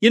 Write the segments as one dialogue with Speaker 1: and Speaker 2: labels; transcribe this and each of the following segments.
Speaker 1: You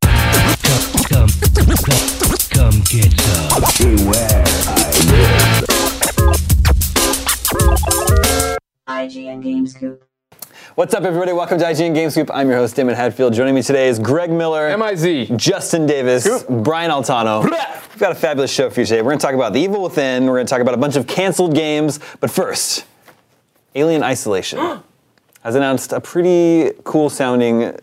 Speaker 2: Come, come, come get some.
Speaker 3: IGN Games Coop.
Speaker 1: What's up, everybody? Welcome to IGN Gamescoop. I'm your host, Damon Hadfield. Joining me today is Greg Miller.
Speaker 4: M-I-Z.
Speaker 1: Justin Davis, Brian Altano. We've got a fabulous show for you today. We're going to talk about The Evil Within. We're going to talk about a bunch of canceled games. But first, Alien Isolation has announced a pretty cool sounding uh,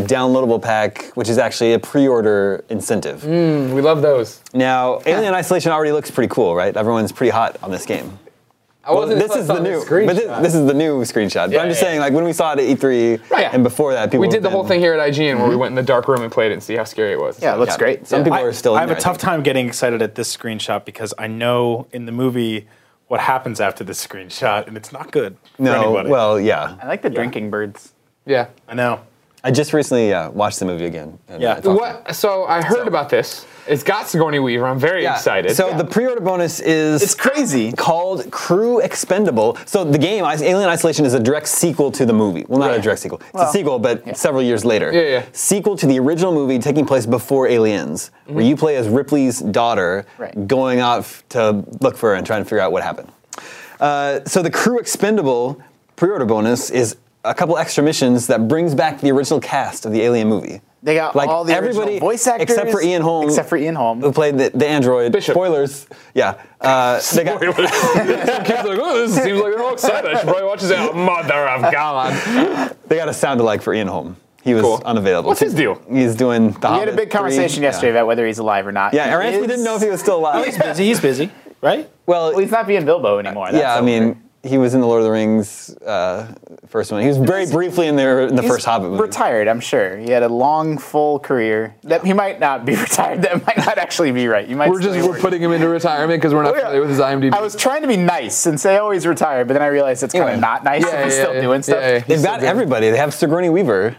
Speaker 1: downloadable pack, which is actually a pre order incentive.
Speaker 4: We love those.
Speaker 1: Now, Alien Isolation already looks pretty cool, right? Everyone's pretty hot on this game.
Speaker 4: I
Speaker 1: Well,
Speaker 4: wasn't
Speaker 1: this is the
Speaker 4: on
Speaker 1: new,
Speaker 4: screen
Speaker 1: but thi-
Speaker 4: shot.
Speaker 1: this, is the new screenshot. but
Speaker 4: Yeah,
Speaker 1: I'm just
Speaker 4: yeah.
Speaker 1: saying, like when we saw it at E3
Speaker 4: Right, yeah.
Speaker 1: and before that, people
Speaker 4: we
Speaker 1: have
Speaker 4: did the whole
Speaker 1: been-
Speaker 4: thing here at IGN where we went in the dark room and played it and see how scary it was.
Speaker 5: Yeah, it looks
Speaker 1: Yeah.
Speaker 5: great.
Speaker 1: Some
Speaker 5: Yeah.
Speaker 1: people
Speaker 5: I-
Speaker 1: are still.
Speaker 5: I
Speaker 1: in
Speaker 5: have
Speaker 1: there,
Speaker 5: a tough
Speaker 1: think.
Speaker 5: time getting excited at this screenshot because I know in the movie what happens after this screenshot, and it's not good for
Speaker 1: No,
Speaker 5: anybody.
Speaker 1: well, yeah.
Speaker 6: I like the drinking birds.
Speaker 4: Yeah.
Speaker 5: I know.
Speaker 1: I just recently uh, watched the movie again. and
Speaker 5: Yeah.
Speaker 1: I thought-
Speaker 4: What? So I heard about this. It's got Sigourney Weaver. I'm very
Speaker 1: Yeah.
Speaker 4: excited.
Speaker 1: So the pre-order bonus is
Speaker 6: It's crazy.
Speaker 1: called Crew Expendable. So the game Is- Alien Isolation is a direct sequel to the movie. Well, not a
Speaker 4: Right.
Speaker 1: direct sequel. It's a
Speaker 6: Well,
Speaker 1: sequel, but several years later.
Speaker 4: Yeah, yeah.
Speaker 1: Sequel to the original movie taking place before Aliens, where you play as Ripley's daughter
Speaker 6: Mm-hmm. Right.
Speaker 1: going off to look for her and trying to figure out what happened. Uh, so the Crew Expendable pre-order bonus is a couple extra missions that brings back the original cast of the Alien movie.
Speaker 6: They got
Speaker 1: like
Speaker 6: all the original
Speaker 1: everybody
Speaker 6: voice actors
Speaker 1: except for Ian Holm.
Speaker 6: except for Ian Holm.
Speaker 1: who played the, the android.
Speaker 4: Bishop.
Speaker 1: Spoilers. Yeah. Uh, they got,
Speaker 4: Kids are like, oh, this seems like they're all excited. I should probably watch this out. Mother of God.
Speaker 1: they got a sound alike for Ian Holm. He was
Speaker 4: Cool.
Speaker 1: unavailable.
Speaker 4: What's his deal?
Speaker 1: He's doing the
Speaker 6: We had a big conversation yesterday about whether he's alive or not.
Speaker 1: Yeah,
Speaker 6: He
Speaker 1: yeah Erasmus
Speaker 6: is-
Speaker 1: didn't know if he was still alive.
Speaker 6: He's busy. He's busy, right?
Speaker 1: well,
Speaker 6: Well, he's not being Bilbo anymore. That's
Speaker 1: yeah, I
Speaker 6: over.
Speaker 1: mean, he was in the Lord of the Rings uh, first one. He was very briefly in there in the
Speaker 6: He's
Speaker 1: first Hobbit movie.
Speaker 6: Retired, I'm sure. He had a long, full career. That he might not be retired. That might not actually be right. You might.
Speaker 4: We're
Speaker 6: still be
Speaker 4: just we're
Speaker 6: working.
Speaker 4: putting him into retirement because we're not
Speaker 6: Oh, yeah.
Speaker 4: familiar with his IMDb.
Speaker 6: I was trying to be nice and say, "Oh, he's retired," but then I realized it's kind
Speaker 1: Yeah.
Speaker 6: of not nice.
Speaker 4: Yeah,
Speaker 6: if he's
Speaker 4: yeah,
Speaker 6: still
Speaker 4: yeah,
Speaker 6: doing stuff.
Speaker 4: yeah, yeah.
Speaker 1: They've got everybody. They have Sigourney Weaver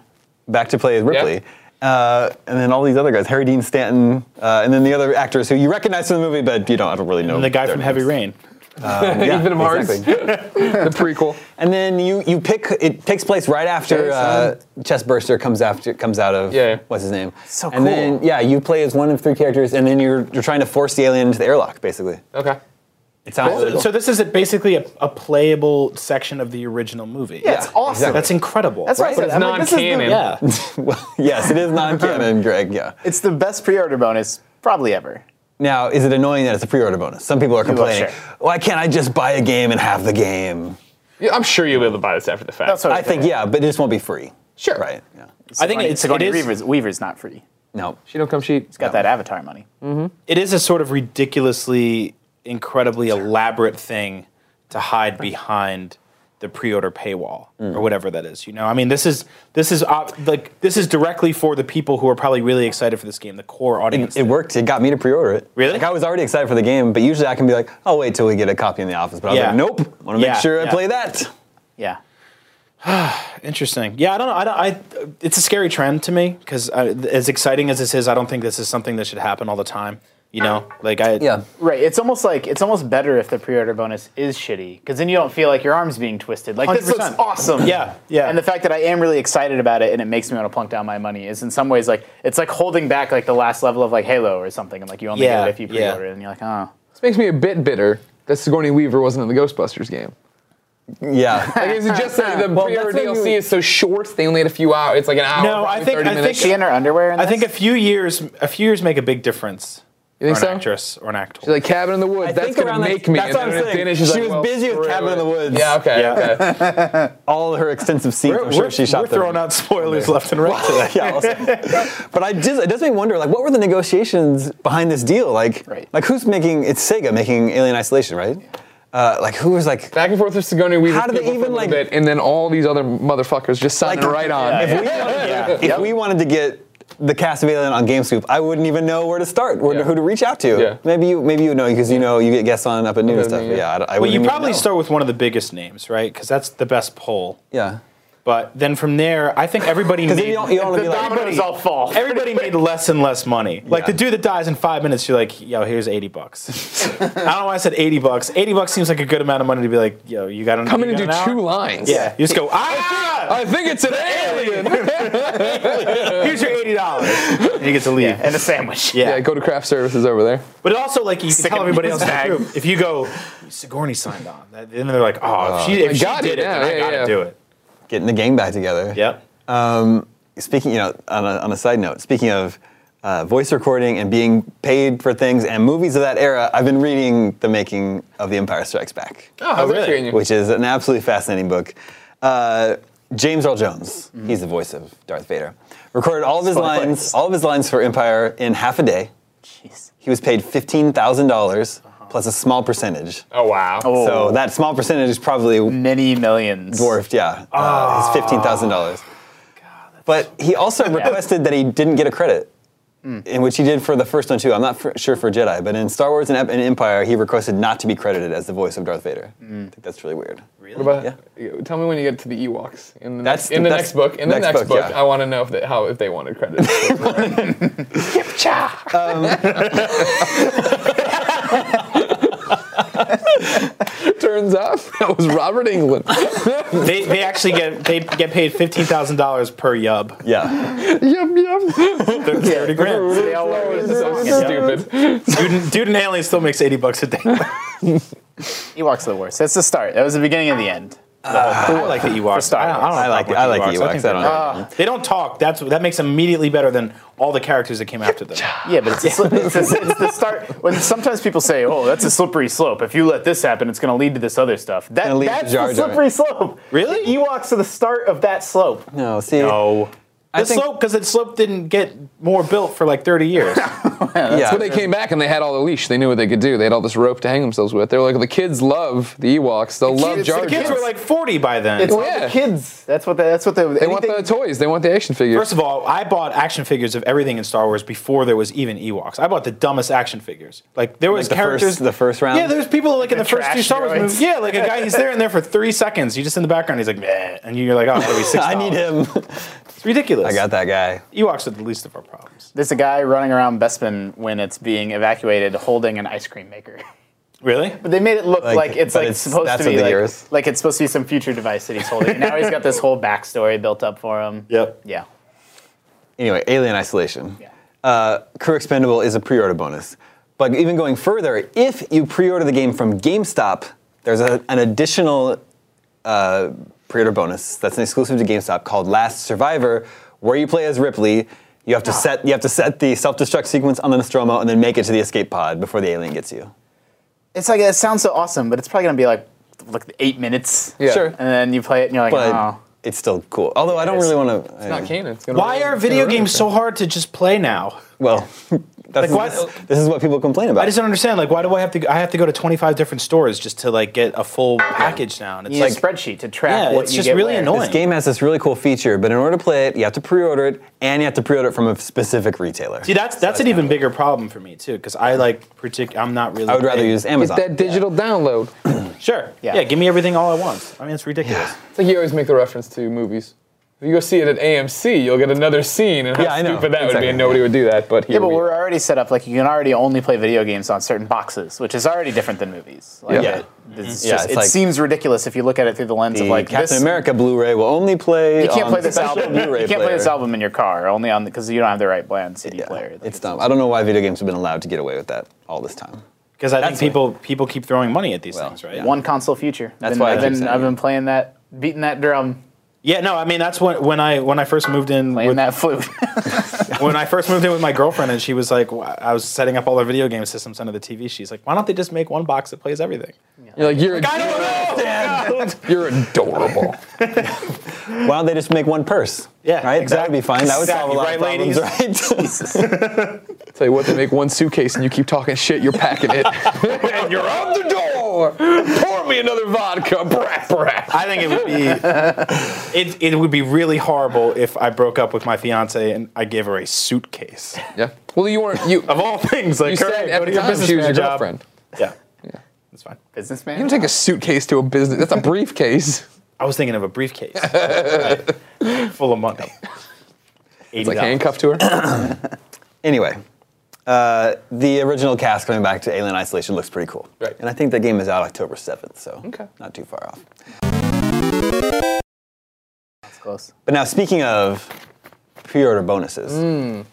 Speaker 1: back to play as Ripley. Uh, and then all these other guys, Harry Dean Stanton, uh, and then the other actors who you recognize from the movie, but you don't I don't really know.
Speaker 6: And the guy
Speaker 1: their
Speaker 6: from Heavy
Speaker 1: names.
Speaker 6: Rain.
Speaker 1: Yeah,
Speaker 4: Ethan Hawke. the prequel.
Speaker 1: And then you you pick it takes place right after uh, Chestburster comes after comes out of
Speaker 4: Yeah.
Speaker 1: what's his name.
Speaker 6: So
Speaker 1: And then
Speaker 6: cool.
Speaker 1: yeah, you play as one of three characters, and then you're you're trying to force the alien into the airlock, basically.
Speaker 4: Okay.
Speaker 1: It sounds really
Speaker 6: Cool.
Speaker 1: cool.
Speaker 5: So this is a, basically a, a playable section of the original movie.
Speaker 6: Yeah, it's awesome.
Speaker 1: exactly.
Speaker 5: That's incredible.
Speaker 6: That's what
Speaker 4: But
Speaker 6: I said.
Speaker 4: it's
Speaker 6: I'm like, this is the-
Speaker 4: non-canon.
Speaker 5: Yeah.
Speaker 1: yes, it is non-canon, Greg. Yeah.
Speaker 6: It's the best pre-order bonus probably ever.
Speaker 1: Now, is it annoying that it's a pre-order bonus? Some people are complaining.
Speaker 6: sure.
Speaker 1: Why can't I just buy a game and have the game?
Speaker 4: Yeah, I'm sure you'll be able to buy this after the fact.
Speaker 6: That's what
Speaker 1: I think yeah, but it just won't be free.
Speaker 4: Sure.
Speaker 1: Right. Yeah.
Speaker 5: I think it's, it
Speaker 6: Sigourney
Speaker 5: is.
Speaker 6: Weaver's, Weaver's not free.
Speaker 1: No.
Speaker 4: She don't come sheet.
Speaker 6: Got that Avatar money.
Speaker 5: It is a sort of ridiculously, incredibly elaborate thing to hide behind the pre-order paywall
Speaker 4: Mm.
Speaker 5: or whatever that is. You know, I mean, this is this is op- like this is directly for the people who are probably really excited for this game, the core audience.
Speaker 7: It
Speaker 5: that-
Speaker 7: worked. It got me to pre-order it.
Speaker 5: Really?
Speaker 7: Like I was already excited for the game, but usually I can be like, "I'll wait till we get a copy in the office." But I was
Speaker 5: Yeah.
Speaker 7: like, "Nope, want to
Speaker 5: Yeah,
Speaker 7: make sure
Speaker 5: yeah.
Speaker 7: I play that."
Speaker 6: Yeah.
Speaker 5: Interesting. Yeah, I don't know. I, don't, I it's a scary trend to me because as exciting as this is, I don't think this is something that should happen all the time. You know, like I
Speaker 7: Yeah.
Speaker 6: Right. It's almost like it's almost better if the pre-order bonus is shitty because then you don't feel like your arm's being twisted. Like this looks
Speaker 5: 100%.
Speaker 6: awesome.
Speaker 5: Yeah, yeah.
Speaker 6: And the fact that I am really excited about it and it makes me want to plunk down my money is in some ways like it's like holding back like the last level of like Halo or something and like you only
Speaker 5: Yeah,
Speaker 6: get it if you
Speaker 5: yeah.
Speaker 6: pre-order it and you're like oh
Speaker 4: This makes me a bit bitter that Sigourney Weaver wasn't in the Ghostbusters game.
Speaker 7: Yeah.
Speaker 4: Like, is it just that the
Speaker 7: Well,
Speaker 4: pre-order
Speaker 7: that's what
Speaker 4: DLC
Speaker 7: you-
Speaker 4: is so short? They only had a few hours. It's like an hour.
Speaker 5: No, I
Speaker 4: probably
Speaker 5: think-
Speaker 4: 30
Speaker 5: I
Speaker 4: minutes.
Speaker 6: she in her underwear. In
Speaker 5: I
Speaker 6: this?
Speaker 5: think a few years a few years make a big difference.
Speaker 4: You think
Speaker 5: for an
Speaker 4: so?
Speaker 5: actress or an actor.
Speaker 4: She's like Cabin in the Woods.
Speaker 7: I
Speaker 4: that's
Speaker 7: think
Speaker 4: gonna
Speaker 7: around that-
Speaker 4: make me.
Speaker 7: that's
Speaker 4: And
Speaker 7: what I'm
Speaker 4: then at the
Speaker 7: saying.
Speaker 4: end, she's
Speaker 7: She
Speaker 4: like,
Speaker 7: was
Speaker 4: well,
Speaker 7: busy with
Speaker 4: screw
Speaker 7: Cabin in the
Speaker 4: it.
Speaker 7: Woods.
Speaker 4: Yeah. Okay.
Speaker 5: Yeah.
Speaker 4: Okay.
Speaker 7: All her extensive scenes. I'm sure she shot
Speaker 5: we're
Speaker 7: them.
Speaker 5: throwing out spoilers left and right today.
Speaker 7: yeah, also. but I just, it does make me wonder, like, what were the negotiations behind this deal? Like,
Speaker 6: Right.
Speaker 7: like who's making? It's Sega making Alien Isolation, right? Uh, like, who was like,
Speaker 4: Back and forth with Sigourney Weaver.
Speaker 7: How do they
Speaker 4: people for a
Speaker 7: even,
Speaker 4: little bit,
Speaker 7: like-
Speaker 4: and then all these other motherfuckers just signing
Speaker 7: Like-
Speaker 4: right on.
Speaker 7: if, we, if we wanted to get the cast of Alien on GameScoop, I wouldn't even know where to start, where
Speaker 4: Yeah.
Speaker 7: to, who to reach out to.
Speaker 4: Yeah.
Speaker 7: Maybe you, maybe you know because you know you get guests on up at noon and stuff.
Speaker 4: yeah.
Speaker 7: Yeah, I, don't- I
Speaker 5: Well,
Speaker 7: wouldn't
Speaker 5: you
Speaker 7: even
Speaker 5: probably
Speaker 7: know.
Speaker 5: start with one of the biggest names, right? Because that's the best poll.
Speaker 7: Yeah,
Speaker 5: But then from there, I think everybody
Speaker 7: because you
Speaker 5: made,
Speaker 7: don't, you don't want to be like,
Speaker 6: dominoes all fall.
Speaker 5: everybody made less and less money. Like the dude that dies in five minutes, you're like, yo, here's eighty bucks. I don't know why I said eighty bucks. Eighty bucks seems like a good amount of money to be like, yo, you got an,
Speaker 4: Coming
Speaker 5: you
Speaker 4: to
Speaker 5: got
Speaker 4: do
Speaker 5: an
Speaker 4: two
Speaker 5: hour?
Speaker 4: lines.
Speaker 5: Yeah, you just go ah.
Speaker 4: I think it's an alien.
Speaker 5: Here's your eighty dollars, and you get to leave.
Speaker 6: and a sandwich.
Speaker 4: yeah. Go to craft services over there.
Speaker 7: Oh,
Speaker 5: But it also like you can
Speaker 6: Stick
Speaker 5: tell
Speaker 6: it in
Speaker 5: everybody
Speaker 6: his
Speaker 5: else in
Speaker 6: bag.
Speaker 5: the group. If you go, Sigourney signed on, that- then they're like, oh, if she, if
Speaker 4: I
Speaker 5: she
Speaker 4: Uh, got
Speaker 5: did
Speaker 4: it
Speaker 5: it,
Speaker 4: now,
Speaker 5: then I
Speaker 4: yeah,
Speaker 5: gotta
Speaker 4: yeah.
Speaker 5: do it.
Speaker 7: getting the gang back together.
Speaker 5: Yep.
Speaker 7: Um, speaking, you know, on a, on a side note, speaking of uh, voice recording and being paid for things and movies of that era, I've been reading The Making of the Empire Strikes Back,
Speaker 4: How's
Speaker 5: really?
Speaker 4: that treating you?
Speaker 7: which is an absolutely fascinating book. Uh, James Earl Jones, he's the voice of Darth Vader, recorded all of his
Speaker 6: Spoilers.
Speaker 7: lines, all of his lines for Empire in half a day. He was paid fifteen thousand dollars plus a small percentage.
Speaker 4: Oh wow.
Speaker 7: So that small percentage is probably
Speaker 6: Many millions.
Speaker 7: dwarfed, yeah. Uh, his fifteen thousand dollars. But he also requested that he didn't get a credit, in which he did for the first one too. I'm not for, sure for Jedi, but in Star Wars and, Ep- and Empire, he requested not to be credited as the voice of Darth Vader. I think that's really weird.
Speaker 4: What about? Tell me when you get to the Ewoks in the
Speaker 7: That's-
Speaker 4: next, in the
Speaker 7: that's-
Speaker 4: next book. In the
Speaker 7: next
Speaker 4: next,
Speaker 7: book,
Speaker 4: book,
Speaker 7: yeah.
Speaker 4: I want to know if they, how if they wanted Um. credit. Turns out that was Robert England.
Speaker 5: They, they actually get they get paid fifteen thousand dollars per yub.
Speaker 7: Yeah,
Speaker 4: yum yum.
Speaker 5: They're Thirty grand.
Speaker 6: They all wear
Speaker 4: This is so stupid.
Speaker 5: Dude, in- dude in Alien still makes eighty bucks a day.
Speaker 6: Ewoks are the worst. That's the start. That was the beginning of the end.
Speaker 5: I like the Ewoks.
Speaker 6: Star
Speaker 5: I, don't- I, don't
Speaker 7: I like it. I like the Ewoks. I don't know.
Speaker 5: They don't talk. That's that makes them immediately better than all the characters that came after them.
Speaker 6: Yeah, but it's, a, sli- it's, a, it's the start. When sometimes people say, "Oh, that's a slippery slope. If you let this happen, it's going to lead to this other stuff." That,
Speaker 7: Gonna lead to
Speaker 6: that's
Speaker 7: Jar
Speaker 6: the
Speaker 7: Jar.
Speaker 6: slippery slope.
Speaker 5: Really?
Speaker 6: The Ewoks are the start of that slope.
Speaker 7: No, see,
Speaker 5: No.
Speaker 7: I
Speaker 5: Oh. The
Speaker 7: think-
Speaker 5: slope because the slope didn't get more built for like thirty years.
Speaker 7: yeah,
Speaker 4: But they came back and they had all the leash. They knew what they could do. They had all this rope to hang themselves with. They were like, the kids love the Ewoks. They'll love
Speaker 7: Oh,
Speaker 6: kids- the
Speaker 4: Jar
Speaker 5: The kids
Speaker 4: Jar.
Speaker 5: were like forty by then.
Speaker 6: It's
Speaker 4: Well,
Speaker 6: all
Speaker 4: yeah.
Speaker 6: the kids. That's what. The, that's what the.
Speaker 4: They want the toys. They want the action figures.
Speaker 5: First of all, I bought action figures of everything in Star Wars before there was even Ewoks. I bought the dumbest action figures. Like there was
Speaker 7: the first-
Speaker 5: characters
Speaker 7: the first round?
Speaker 5: Yeah, there's people like in the first
Speaker 6: trash
Speaker 5: two Star Wars
Speaker 6: droids.
Speaker 5: movies. Yeah, like a guy he's there and there for three seconds. You just in the background. He's like, Meh, and you're like, oh, that'll be six.
Speaker 7: I need him.
Speaker 5: It's ridiculous.
Speaker 7: I got that guy.
Speaker 5: Ewoks are the least of our problems.
Speaker 6: There's a guy running around Bespin when it's being evacuated, holding an ice cream maker.
Speaker 5: Really?
Speaker 6: But they made it look
Speaker 7: Like,
Speaker 6: like, it's
Speaker 7: but
Speaker 6: like
Speaker 7: it's-
Speaker 6: supposed
Speaker 7: that's
Speaker 6: to
Speaker 7: what
Speaker 6: be
Speaker 7: the
Speaker 6: like,
Speaker 7: gear is.
Speaker 6: like it's supposed to be some future device that he's holding. And now he's got this whole backstory built up for him.
Speaker 5: Yep.
Speaker 6: Yeah.
Speaker 7: anyway, Alien Isolation. Uh, Crew Expendable is a pre-order bonus. But even going further, if you pre-order the game from GameStop, there's a, an additional uh, pre-order bonus that's an exclusive to GameStop called Last Survivor, where you play as Ripley. You have to set you have to set the self-destruct sequence on the Nostromo and then make it to the escape pod before the alien gets you.
Speaker 6: It's like it sounds so awesome, but it's probably gonna be like like eight minutes.
Speaker 4: Yeah.
Speaker 7: Sure.
Speaker 6: And then you play it and you're like,
Speaker 7: But
Speaker 6: oh.
Speaker 7: it's still cool. Although I don't really want to.
Speaker 4: Not canon. It's gonna
Speaker 5: Why
Speaker 4: ruin-
Speaker 5: are
Speaker 4: it's gonna
Speaker 5: video
Speaker 4: ruin
Speaker 5: games
Speaker 4: it.
Speaker 5: so hard to just play now?
Speaker 7: Well, that's,
Speaker 5: Like,
Speaker 7: this,
Speaker 5: what-
Speaker 7: this is what people complain about.
Speaker 5: I just don't understand. Like, why do I have to? I have to go to 25 different stores just to like get a full package now. And it's
Speaker 6: You
Speaker 5: like,
Speaker 6: use a spreadsheet to track
Speaker 5: Yeah,
Speaker 6: what
Speaker 5: it's
Speaker 6: you
Speaker 5: just
Speaker 6: get
Speaker 5: really
Speaker 6: where.
Speaker 5: annoying.
Speaker 7: this game has this really cool feature, but in order to play it, you have to pre-order it, and you have to pre-order it from a specific retailer.
Speaker 5: see, that's that's an even bigger problem for me too, because I like partic- I'm not really.
Speaker 7: I would rather
Speaker 5: big-
Speaker 7: use
Speaker 4: Get
Speaker 7: Amazon.
Speaker 4: that digital download.
Speaker 5: Sure. Yeah.
Speaker 6: Yeah.
Speaker 5: Give me everything all at once. I mean, it's ridiculous.
Speaker 4: It's like you always make the reference to movies. If you go see it at AMC, you'll get another scene, and how
Speaker 7: Yeah, I know.
Speaker 4: stupid that would
Speaker 7: Exactly.
Speaker 4: be, and nobody would do that. But here
Speaker 6: Yeah, but
Speaker 4: we
Speaker 6: we're
Speaker 4: are.
Speaker 6: already set up like you can already only play video games on certain boxes, which is already different than movies. Like,
Speaker 7: Yeah.
Speaker 6: it, it's
Speaker 7: Yeah,
Speaker 6: just,
Speaker 7: it's
Speaker 6: it
Speaker 7: like-
Speaker 6: seems ridiculous if you look at it through the lens
Speaker 7: The
Speaker 6: of like
Speaker 7: Captain
Speaker 6: this,
Speaker 7: America Blu-ray will only play.
Speaker 6: You can't
Speaker 7: on
Speaker 6: play this
Speaker 7: special
Speaker 6: album.
Speaker 7: Blu-ray
Speaker 6: you can't play this
Speaker 7: player.
Speaker 6: album in your car, only on because you don't have the right brand CD
Speaker 7: Yeah,
Speaker 6: player.
Speaker 7: it's dumb. I don't know why video games have been allowed to get away with that all this time.
Speaker 5: Because I think
Speaker 7: That's like-
Speaker 5: people people keep throwing money at these
Speaker 7: Well,
Speaker 5: things, right?
Speaker 6: One console future.
Speaker 7: That's
Speaker 6: Been-
Speaker 7: why I
Speaker 6: I've
Speaker 7: keep
Speaker 6: been,
Speaker 7: saying
Speaker 6: I've
Speaker 7: it.
Speaker 6: been playing that, beating that drum,
Speaker 5: Yeah, no, I mean that's when when I when I first moved in
Speaker 6: playing
Speaker 5: with,
Speaker 6: that flute.
Speaker 5: when I first moved in with my girlfriend and she was like wh- I was setting up all our video game systems under the TV. She's like, why don't they just make one box that plays everything?
Speaker 4: You're like, you're,
Speaker 5: I don't know.
Speaker 4: you're adorable.
Speaker 7: Why don't they just make one purse?
Speaker 5: Yeah,
Speaker 7: right. That
Speaker 5: exactly.
Speaker 7: would be fine. That would solve a lot of
Speaker 5: Exactly,
Speaker 7: problems,
Speaker 5: right,
Speaker 7: right?
Speaker 4: Tell you what, they make one suitcase, and you keep talking shit. You're packing it, and you're on the door. Pour me another vodka, brat, brat.
Speaker 5: I think it would be it it would be really horrible if I broke up with my fiance and I gave her a suitcase.
Speaker 4: Yeah. Well, you weren't you.
Speaker 5: Of all things, like
Speaker 4: You
Speaker 5: all
Speaker 4: said
Speaker 5: right,
Speaker 4: at
Speaker 5: go to
Speaker 4: the
Speaker 5: your
Speaker 4: time
Speaker 5: business
Speaker 4: she was your
Speaker 5: man job.
Speaker 4: girlfriend.
Speaker 5: Yeah. yeah. That's fine.
Speaker 6: Businessman.
Speaker 4: You don't take a suitcase to a business. That's a briefcase.
Speaker 5: I was thinking of a briefcase. Right. Full of money.
Speaker 4: It's like handcuffed to her.
Speaker 7: anyway, uh, the original cast coming back to Alien Isolation looks pretty cool.
Speaker 4: Right.
Speaker 7: And I think that game is out October seventh, so
Speaker 4: Okay.
Speaker 7: not too far off.
Speaker 6: That's close.
Speaker 7: But now, speaking of pre-order bonuses,
Speaker 6: Hmm.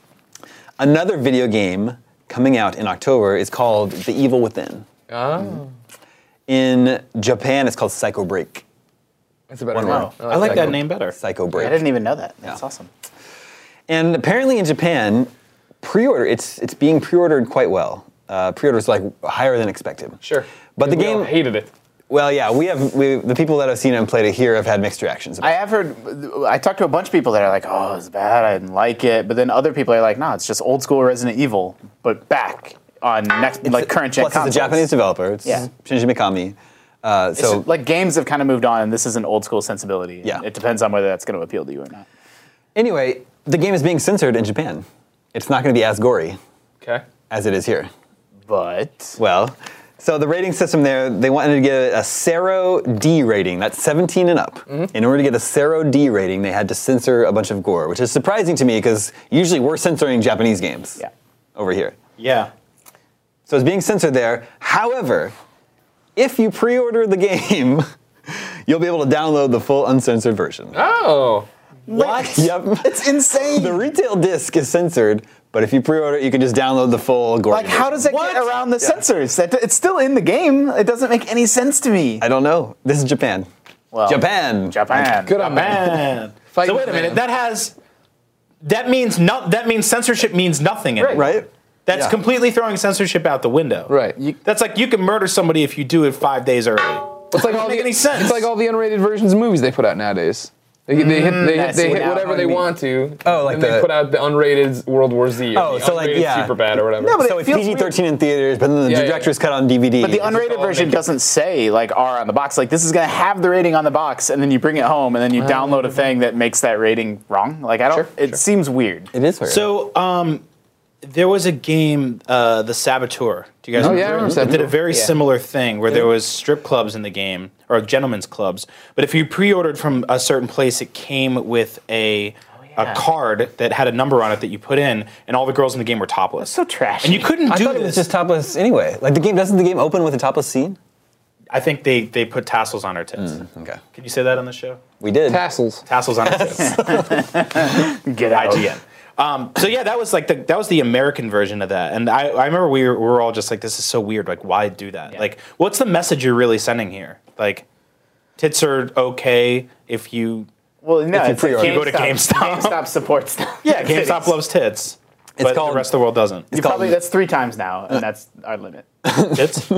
Speaker 7: another video game coming out in October is called The Evil Within.
Speaker 4: Oh.
Speaker 7: In Japan, it's called Psycho Break.
Speaker 4: That's a better
Speaker 7: One
Speaker 4: one.
Speaker 7: word.
Speaker 5: I like that name better.
Speaker 7: Psycho Break.
Speaker 6: I didn't even know that. That's
Speaker 7: Yeah.
Speaker 6: awesome.
Speaker 7: And apparently in Japan, pre-order it's it's being pre-ordered quite well. Uh, pre-orders like higher than expected.
Speaker 4: Sure.
Speaker 7: But the
Speaker 4: We all
Speaker 7: game
Speaker 4: hated it.
Speaker 7: Well, yeah, we have we, the people that have seen it and played it here have had mixed reactions. About
Speaker 6: I
Speaker 7: it.
Speaker 6: have heard. I talked to a bunch of people that are like, "Oh, it's bad. I didn't like it." But then other people are like, "No, it's just old school Resident Evil, but back on next, like current gen
Speaker 7: Plus,
Speaker 6: consoles."
Speaker 7: it's a Japanese developer. It's
Speaker 6: Yeah.
Speaker 7: Shinji Mikami. Uh,
Speaker 6: It's
Speaker 7: so
Speaker 6: just, like games have kind of moved on, and this is an old school sensibility.
Speaker 7: Yeah.
Speaker 6: It depends on whether that's going to appeal to you or not.
Speaker 7: anyway, the game is being censored in Japan. It's not going to be as gory
Speaker 4: Okay.
Speaker 7: as it is here.
Speaker 6: But
Speaker 7: Well, so the rating system there, they wanted to get a Sero D rating. That's 17 and up.
Speaker 6: Mm-hmm.
Speaker 7: In order to get a Sero D rating, they had to censor a bunch of gore, which is surprising to me because usually we're censoring Japanese games
Speaker 6: Yeah.
Speaker 7: over here.
Speaker 5: Yeah.
Speaker 7: So it's being censored there. However, if you pre order the game, you'll be able to download the full uncensored version.
Speaker 4: Oh.
Speaker 7: What? Yep.
Speaker 6: it's insane.
Speaker 7: the retail disc is censored, but if you pre order, it, you can just download the full gore.
Speaker 6: like, how does that
Speaker 7: What?
Speaker 6: get around the censors? That it's still in the game. It doesn't make any sense to me.
Speaker 7: I don't know. This is Japan.
Speaker 6: Well,
Speaker 7: Japan.
Speaker 6: Japan.
Speaker 4: Good on man.
Speaker 5: Man.
Speaker 4: Fight
Speaker 5: so wait a
Speaker 4: man.
Speaker 5: minute. That has that means no, that means censorship means nothing anymore.
Speaker 7: Right?
Speaker 5: That's
Speaker 7: Yeah.
Speaker 5: completely throwing censorship out the window.
Speaker 4: Right. You-
Speaker 5: That's like you can murder somebody if you do it five days early.
Speaker 4: It's like all
Speaker 5: make
Speaker 4: the,
Speaker 5: any sense.
Speaker 4: It's like all the unrated versions of movies they put out nowadays. They, they hit,
Speaker 8: Mm,
Speaker 4: they
Speaker 6: I
Speaker 4: hit,
Speaker 6: see
Speaker 4: they hit
Speaker 6: now
Speaker 4: whatever
Speaker 6: what
Speaker 4: they
Speaker 6: you mean.
Speaker 4: want to.
Speaker 7: Oh, like
Speaker 4: and then they
Speaker 7: the-
Speaker 4: put out the unrated World War Z. Or
Speaker 7: Oh,
Speaker 4: the
Speaker 7: so like
Speaker 4: unrated
Speaker 7: yeah,
Speaker 4: Superbad or whatever.
Speaker 6: No, but
Speaker 7: so
Speaker 6: it
Speaker 7: it's
Speaker 6: feels
Speaker 7: PG thirteen in theaters, but then the
Speaker 4: Yeah, yeah,
Speaker 7: director's
Speaker 4: yeah.
Speaker 7: cut on DVD.
Speaker 6: But the
Speaker 4: all
Speaker 6: unrated version
Speaker 4: naked.
Speaker 6: doesn't say like R on the box. Like this is gonna have the rating on the box, and then you bring it home, and then you download a thing that makes that rating wrong. Like I don't.
Speaker 4: Sure,
Speaker 6: it
Speaker 4: sure.
Speaker 6: seems weird.
Speaker 7: it is weird.
Speaker 5: So, um, there was a game, uh, The Saboteur. Do you guys
Speaker 4: yeah, I
Speaker 5: remember?
Speaker 4: remember
Speaker 5: that did a
Speaker 4: Saboteur.
Speaker 5: very similar thing where there was strip clubs in the game or gentlemen's clubs. But if you pre-ordered from a certain place, it came with a
Speaker 6: yeah.
Speaker 5: a card that had a number on it that you put in, and all the girls in the game were topless.
Speaker 6: so trashy.
Speaker 5: And you couldn't do
Speaker 7: I thought
Speaker 5: this.
Speaker 7: it was just topless anyway. Like the game doesn't the game open with a topless scene?
Speaker 5: I think they they put tassels on her tits.
Speaker 7: Okay,
Speaker 5: Can you say that on the show?
Speaker 7: we did.
Speaker 4: tassels.
Speaker 5: Tassels on her tits.
Speaker 6: Get out.
Speaker 5: IGN. Um, so yeah, that was like the that was the American version of that, and I, I remember we were, we were all just like, "This is so weird. Like, why do that?
Speaker 6: Yeah.
Speaker 5: Like, what's the message you're really sending here? Like, tits are okay if you
Speaker 6: Well, no.
Speaker 7: If you
Speaker 6: it's like
Speaker 7: pre-order. You
Speaker 5: go to GameStop.
Speaker 6: GameStop supports. them.
Speaker 5: yeah, GameStop loves tits, but
Speaker 7: called-
Speaker 5: the rest of the world doesn't.
Speaker 6: You probably that's three times now, and that's our limit.
Speaker 5: tits.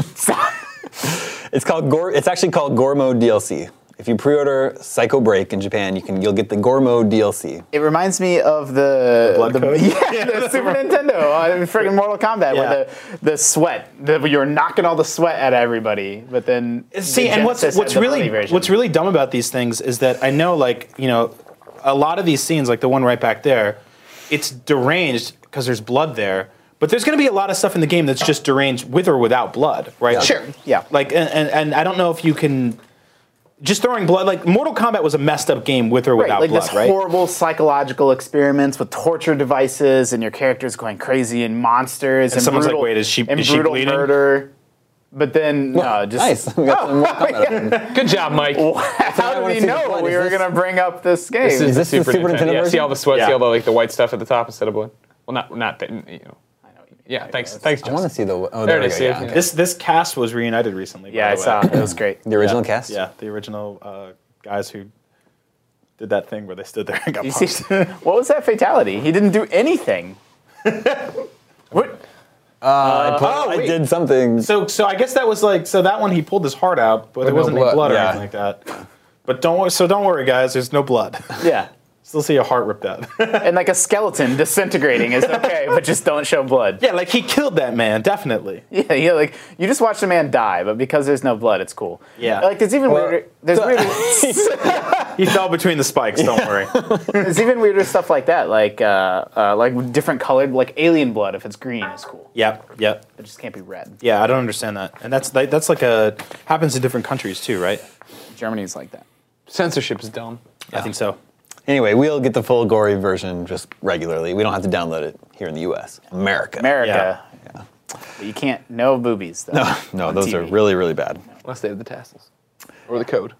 Speaker 7: It's called Gore. It's actually called Gormo DLC. If you pre-order Psycho Break in Japan, you can you'll get the Gormo DLC.
Speaker 6: It reminds me of the,
Speaker 5: Blood
Speaker 6: the-
Speaker 5: Code?
Speaker 6: yeah, the Super Nintendo, uh, freaking Mortal Kombat,
Speaker 5: Yeah.
Speaker 6: where the the sweat, the, you're knocking all the sweat at everybody, but then
Speaker 5: See,
Speaker 6: the
Speaker 5: and what's
Speaker 6: Genesis had
Speaker 5: what's
Speaker 6: the bunny
Speaker 5: really
Speaker 6: version.
Speaker 5: what's really dumb about these things is that I know, like you know, a lot of these scenes, like the one right back there, it's deranged because there's blood there. But there's going to be a lot of stuff in the game that's just deranged with or without blood, right?
Speaker 6: Sure, yeah.
Speaker 5: Like, and, and, and I don't know if you can just throwing blood. Like, Mortal Kombat was a messed up game with or
Speaker 6: Right,
Speaker 5: without
Speaker 6: like
Speaker 5: blood,
Speaker 6: this
Speaker 5: right?
Speaker 6: horrible psychological experiments with torture devices and your characters going crazy and monsters and,
Speaker 5: someone's like,
Speaker 6: brutal,
Speaker 5: "Wait, is she-
Speaker 6: and
Speaker 5: is she
Speaker 6: brutal
Speaker 5: bleeding?"
Speaker 6: murder. But then no, just Oh,
Speaker 7: Nice. We got some more combat up there.
Speaker 8: Good job, Mike.
Speaker 7: I
Speaker 6: how did
Speaker 7: wanna see
Speaker 6: he
Speaker 7: the
Speaker 6: know
Speaker 7: blood.
Speaker 6: we
Speaker 7: Is
Speaker 6: were
Speaker 7: this-
Speaker 6: gonna bring up this game?
Speaker 7: This is this the Super Nintendo
Speaker 8: Yeah, see
Speaker 7: version?
Speaker 8: all the sweat, see
Speaker 5: Yeah.
Speaker 8: all the like the white stuff at the top instead of blood. Well, not not that you know. Yeah, thanks, thanks,
Speaker 7: I want to
Speaker 8: Justin.
Speaker 7: see the. Oh,
Speaker 8: There
Speaker 7: there,
Speaker 8: it
Speaker 7: we
Speaker 8: is.
Speaker 7: go,
Speaker 8: See,
Speaker 7: yeah, okay.
Speaker 5: This this cast was reunited recently. by
Speaker 6: yeah, I
Speaker 5: the way.
Speaker 6: saw it It was great.
Speaker 7: The original cast.
Speaker 5: Yeah, the original uh, guys who did that thing where they stood there and got
Speaker 6: You
Speaker 5: punched.
Speaker 6: see, what was that fatality? He didn't do anything. what?
Speaker 7: I, put- I did something.
Speaker 5: So, so I guess that was like so that one he pulled his heart out, but there
Speaker 8: no
Speaker 5: wasn't any
Speaker 8: blood,
Speaker 5: blood or
Speaker 7: yeah.
Speaker 5: anything like that. But don't wor- so don't worry, guys. There's no blood.
Speaker 6: Yeah.
Speaker 5: Still see a heart ripped out.
Speaker 6: And like a skeleton disintegrating is okay, but just don't show blood.
Speaker 5: yeah, like he killed that man definitely.
Speaker 6: Yeah, yeah, like you just watch the man die, but because there's no blood, it's cool.
Speaker 5: Yeah.
Speaker 6: Like there's even
Speaker 7: Well,
Speaker 6: weirder there's
Speaker 7: so-
Speaker 6: weirder
Speaker 5: He fell between the spikes. Don't worry.
Speaker 6: there's even weirder stuff like that, like uh, uh, like different colored like alien blood if it's green is cool.
Speaker 5: Yep, yep,
Speaker 6: It just can't be red.
Speaker 5: yeah. I don't understand that, and that's like, that's like a happens in different countries too, right?
Speaker 6: Germany's like that.
Speaker 8: Censorship is dumb.
Speaker 5: I think so.
Speaker 7: Anyway, we'll get the full gory version just regularly. We don't have to download it here in the U.S. America.
Speaker 6: America. But you can't no boobies though. No,
Speaker 7: No, those are really really bad.
Speaker 8: Unless they have the tassels or the code.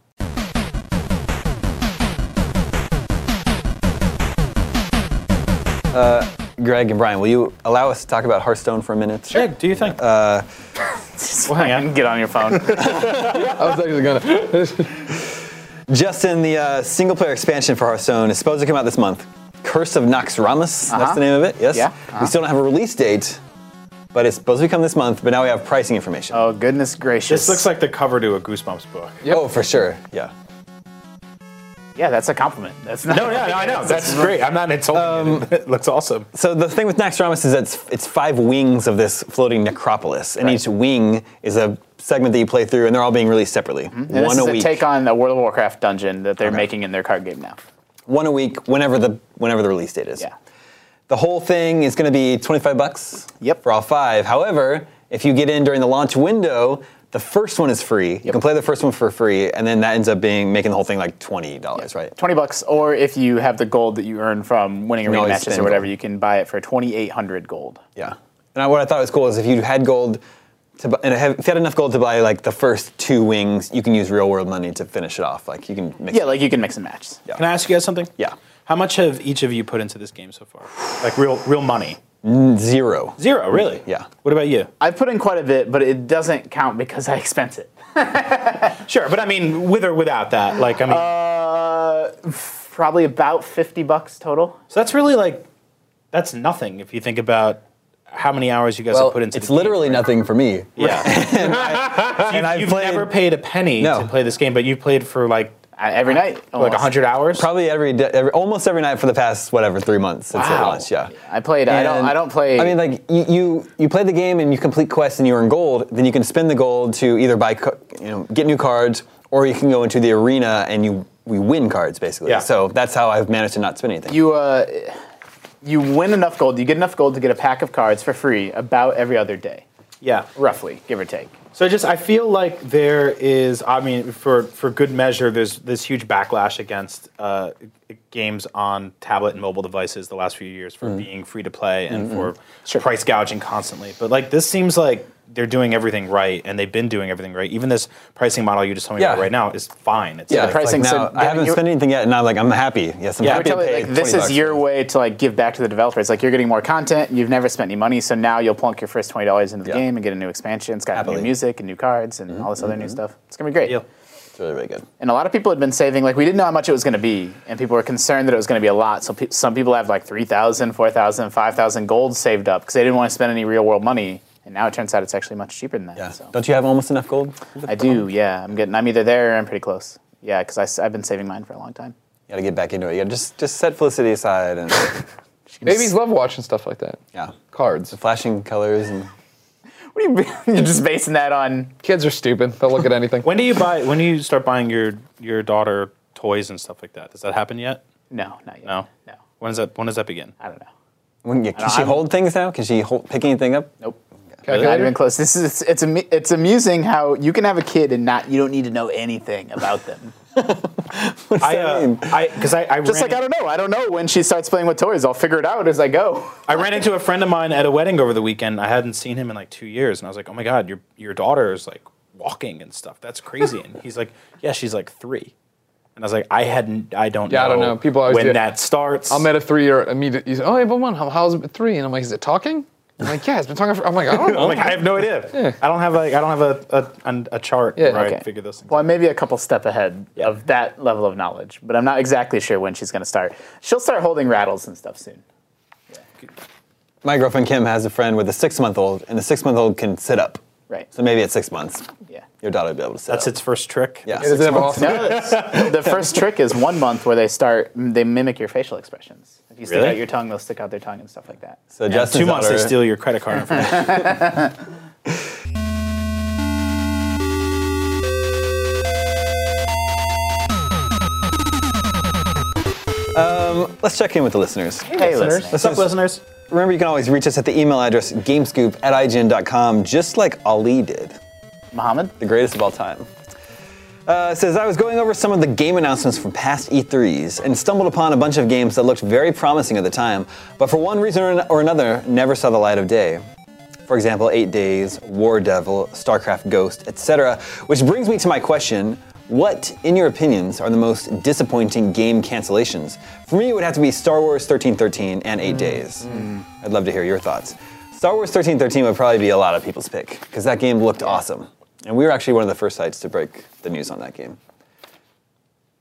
Speaker 7: Greg and Brian, will you allow us to talk about Hearthstone for a minute?
Speaker 5: Greg, do you think? Uh, well, hang on.
Speaker 6: Get on your phone.
Speaker 8: I was actually gonna.
Speaker 7: Justin, the uh, single player expansion for Hearthstone is supposed to come out this month. Curse of Noxramas, that's the name of it, yes?
Speaker 6: Uh-huh. Yeah, uh-huh.
Speaker 7: We still don't have a release date, but it's supposed to come this month, but now we have pricing information.
Speaker 6: oh goodness gracious.
Speaker 5: This looks like the cover to a Goosebumps book.
Speaker 7: Oh, for sure, yeah.
Speaker 6: Yeah, that's a compliment. That's not
Speaker 5: No, yeah, Um, no, I know. That's great. I'm not insulting. you. It looks awesome.
Speaker 7: So the thing with Naxxramas is that it's, it's five wings of this floating necropolis, and
Speaker 6: Right.
Speaker 7: each wing is a segment that you play through, and they're all being released separately.
Speaker 6: Mm-hmm. And
Speaker 7: one
Speaker 6: this
Speaker 7: a
Speaker 6: is
Speaker 7: week.
Speaker 6: a take on a World of Warcraft dungeon that they're making in their card game now.
Speaker 7: one a week, whenever the whenever the release date is.
Speaker 6: Yeah.
Speaker 7: The whole thing is going to be 25 bucks.
Speaker 6: Yep.
Speaker 7: For all five. However, if you get in during the launch window, the first one is free. You can play the first one for free, and then that ends up being making the whole thing like twenty dollars, right?
Speaker 6: 20 bucks, or if you have the gold that you earn from winning arena
Speaker 7: always
Speaker 6: matches
Speaker 7: spend
Speaker 6: or whatever,
Speaker 7: gold.
Speaker 6: you can buy it for 2,800 gold.
Speaker 7: Yeah. And I, what I thought was cool is if you had gold, to bu- and have, if you had enough gold to buy like the first two wings, you can use real world money to finish it off. Like you can mix.
Speaker 6: Yeah, like you can mix and match.
Speaker 7: Yeah.
Speaker 5: Can I ask you guys something?
Speaker 7: Yeah.
Speaker 5: How much have each of you put into this game so far? Like real, real money?
Speaker 7: zero.
Speaker 5: Zero, really?
Speaker 7: Yeah.
Speaker 5: What about you?
Speaker 6: I've put in quite a bit, but it doesn't count because I expense it.
Speaker 5: Sure, but I mean, with or without that, like I mean,
Speaker 6: Uh, probably about 50 bucks total.
Speaker 5: so that's really like that's nothing if you think about how many hours you guys have put into.
Speaker 7: it's
Speaker 5: the game,
Speaker 7: literally
Speaker 5: right?
Speaker 7: nothing for me.
Speaker 5: Yeah. and
Speaker 7: I've
Speaker 5: you've
Speaker 7: played-
Speaker 5: never paid a penny
Speaker 7: No.
Speaker 5: to play this game, but you played for like
Speaker 6: Uh, every night.
Speaker 5: like
Speaker 6: almost.
Speaker 5: hundred hours.
Speaker 7: Probably every, day, every almost every night for the past whatever three months since it
Speaker 6: Wow.
Speaker 7: launched. Yeah.
Speaker 6: I played, I don't,
Speaker 7: And-
Speaker 6: I don't play.
Speaker 7: I mean, like you, you, you play the game and you complete quests and you earn gold. Then you can spend the gold to either buy, ca- you know, get new cards, or you can go into the arena and you we win cards basically.
Speaker 5: Yeah.
Speaker 7: So that's how I've managed to not spend anything.
Speaker 6: you, uh, you win enough gold, you get enough gold to get a pack of cards for free about every other day,
Speaker 5: Yeah.
Speaker 6: roughly, give or take.
Speaker 5: So just I feel like there is I mean for for good measure there's this huge backlash against uh, games on tablet and mobile devices the last few years
Speaker 6: Mm.
Speaker 5: for being free to play and for price gouging constantly. But like this seems like they're doing everything right and they've been doing everything right. Even this pricing model you just told me about
Speaker 7: Yeah.
Speaker 5: right now is fine. It's
Speaker 7: yeah,
Speaker 5: like-
Speaker 7: it's like
Speaker 6: pricing, so
Speaker 7: now, I
Speaker 6: then
Speaker 7: haven't
Speaker 6: you-
Speaker 7: spent anything yet, and I'm like, I'm happy. Yes, I'm
Speaker 5: Yeah,
Speaker 7: happy
Speaker 5: we're
Speaker 7: to
Speaker 6: Totally,
Speaker 7: pay
Speaker 6: like, this
Speaker 7: 20
Speaker 6: is
Speaker 7: bucks
Speaker 6: your
Speaker 7: for it.
Speaker 6: way to like give back to the developer. It's like you're getting more content. You've never spent any money, so now you'll plunk your first twenty dollars into the
Speaker 7: Yeah.
Speaker 6: game and get a new expansion. It's got
Speaker 7: Happily. Mm-hmm,
Speaker 6: new music and new cards and all this other new stuff. It's gonna be great.
Speaker 5: Yeah.
Speaker 7: It's really, really good.
Speaker 6: And a lot of people had been saving. Like we didn't know how much it was gonna be, and people were concerned that it was gonna be a lot. So pe- some people have like 3,000, 4,000, 5,000 gold saved up because they didn't want to spend any real world money. And now it turns out it's actually much cheaper than that.
Speaker 7: Yeah.
Speaker 6: So.
Speaker 7: Don't you have almost enough gold?
Speaker 6: I do. Yeah, I'm getting. I'm either there or I'm pretty close. Yeah, because I've been saving mine for a long time.
Speaker 7: You gotta get back into it. You gotta just just set Felicity aside and
Speaker 4: Babies love watching stuff like that.
Speaker 7: yeah,
Speaker 4: Cards.
Speaker 7: the flashing colors and
Speaker 6: What do you? You're just basing that on?
Speaker 4: Kids are stupid. They'll look at anything.
Speaker 5: When do you buy? When do you start buying your your daughter toys and stuff like that? Does that happen yet?
Speaker 6: No, not yet.
Speaker 5: No.
Speaker 6: no.
Speaker 5: When does that? When does that begin?
Speaker 6: I don't know.
Speaker 7: when you, can
Speaker 6: know,
Speaker 7: she
Speaker 6: I'm-
Speaker 7: hold things now? Can she hold, pick anything up?
Speaker 6: Nope. Not
Speaker 4: Calculator?
Speaker 6: even close. This is it's it's, amu- it's amusing how you can have a kid and not you don't need to know anything about them.
Speaker 5: I
Speaker 7: that
Speaker 5: uh,
Speaker 7: mean?
Speaker 5: I because I, I
Speaker 6: Just
Speaker 5: ran
Speaker 6: like I don't know. I don't know when she starts playing with toys. I'll figure it out as I go.
Speaker 5: I ran into a friend of mine at a wedding over the weekend. I hadn't seen him in like two years, and I was like, "Oh my god, your your daughter is like walking and stuff. That's crazy." And he's like, "Yeah, she's like three. And I was like, "I hadn't. I don't.
Speaker 4: Yeah, I
Speaker 5: know
Speaker 4: don't know. People always
Speaker 5: when
Speaker 4: do.
Speaker 5: that starts.
Speaker 4: I met a three-year immediately. He's oh, yeah, but one, how, how's it been three? And I'm like, is it talking? I'm like, yeah, it's been talking for. I'm like, I don't know.
Speaker 5: I'm like, I have no idea. I don't have like I don't have a a, an- a chart
Speaker 4: Yeah.
Speaker 5: where I
Speaker 4: Okay.
Speaker 5: figure this. Thing.
Speaker 6: Well, I may be Uh, a couple step ahead
Speaker 5: Yeah.
Speaker 6: of that level of knowledge, but I'm not exactly sure when she's going to start. She'll start holding rattles and stuff soon.
Speaker 7: My girlfriend Kim has a friend with a six-month-old, and the six-month-old can sit up.
Speaker 6: Right.
Speaker 7: So maybe at six months,
Speaker 6: Yeah.
Speaker 7: your daughter will be able to sit.
Speaker 5: That's
Speaker 7: up.
Speaker 5: its first trick.
Speaker 7: Yeah.
Speaker 4: Does it have awesome?
Speaker 6: No, the first trick is one month where they start they mimic your facial expressions. If you stick
Speaker 5: Really?
Speaker 6: out your tongue, they'll stick out their tongue and stuff like that.
Speaker 7: So
Speaker 5: And
Speaker 7: Justin's
Speaker 5: two months
Speaker 7: daughter,
Speaker 5: they steal your credit card information.
Speaker 7: Let's check in with the listeners.
Speaker 6: Hey, listeners.
Speaker 5: What's up, listeners?
Speaker 7: Remember, you can always reach us at the email address gamescoop at ign.com, just like Ali did,
Speaker 6: Mohammed.
Speaker 7: the greatest of all time. Uh, it says, I was going over some of the game announcements from past E3s and stumbled upon a bunch of games that looked very promising at the time, but for one reason or- or another never saw the light of day. For example, Eight Days, War Devil, StarCraft Ghost, etc. Which brings me to my question what, in your opinions, are the most disappointing game cancellations? For me, it would have to be Star Wars 1313 and
Speaker 5: Mm.
Speaker 7: Eight Days. I'd love to hear your thoughts. Star Wars 1313 would probably be a lot of people's pick, because that game looked awesome. And we were actually one of the first sites to break the news on that game.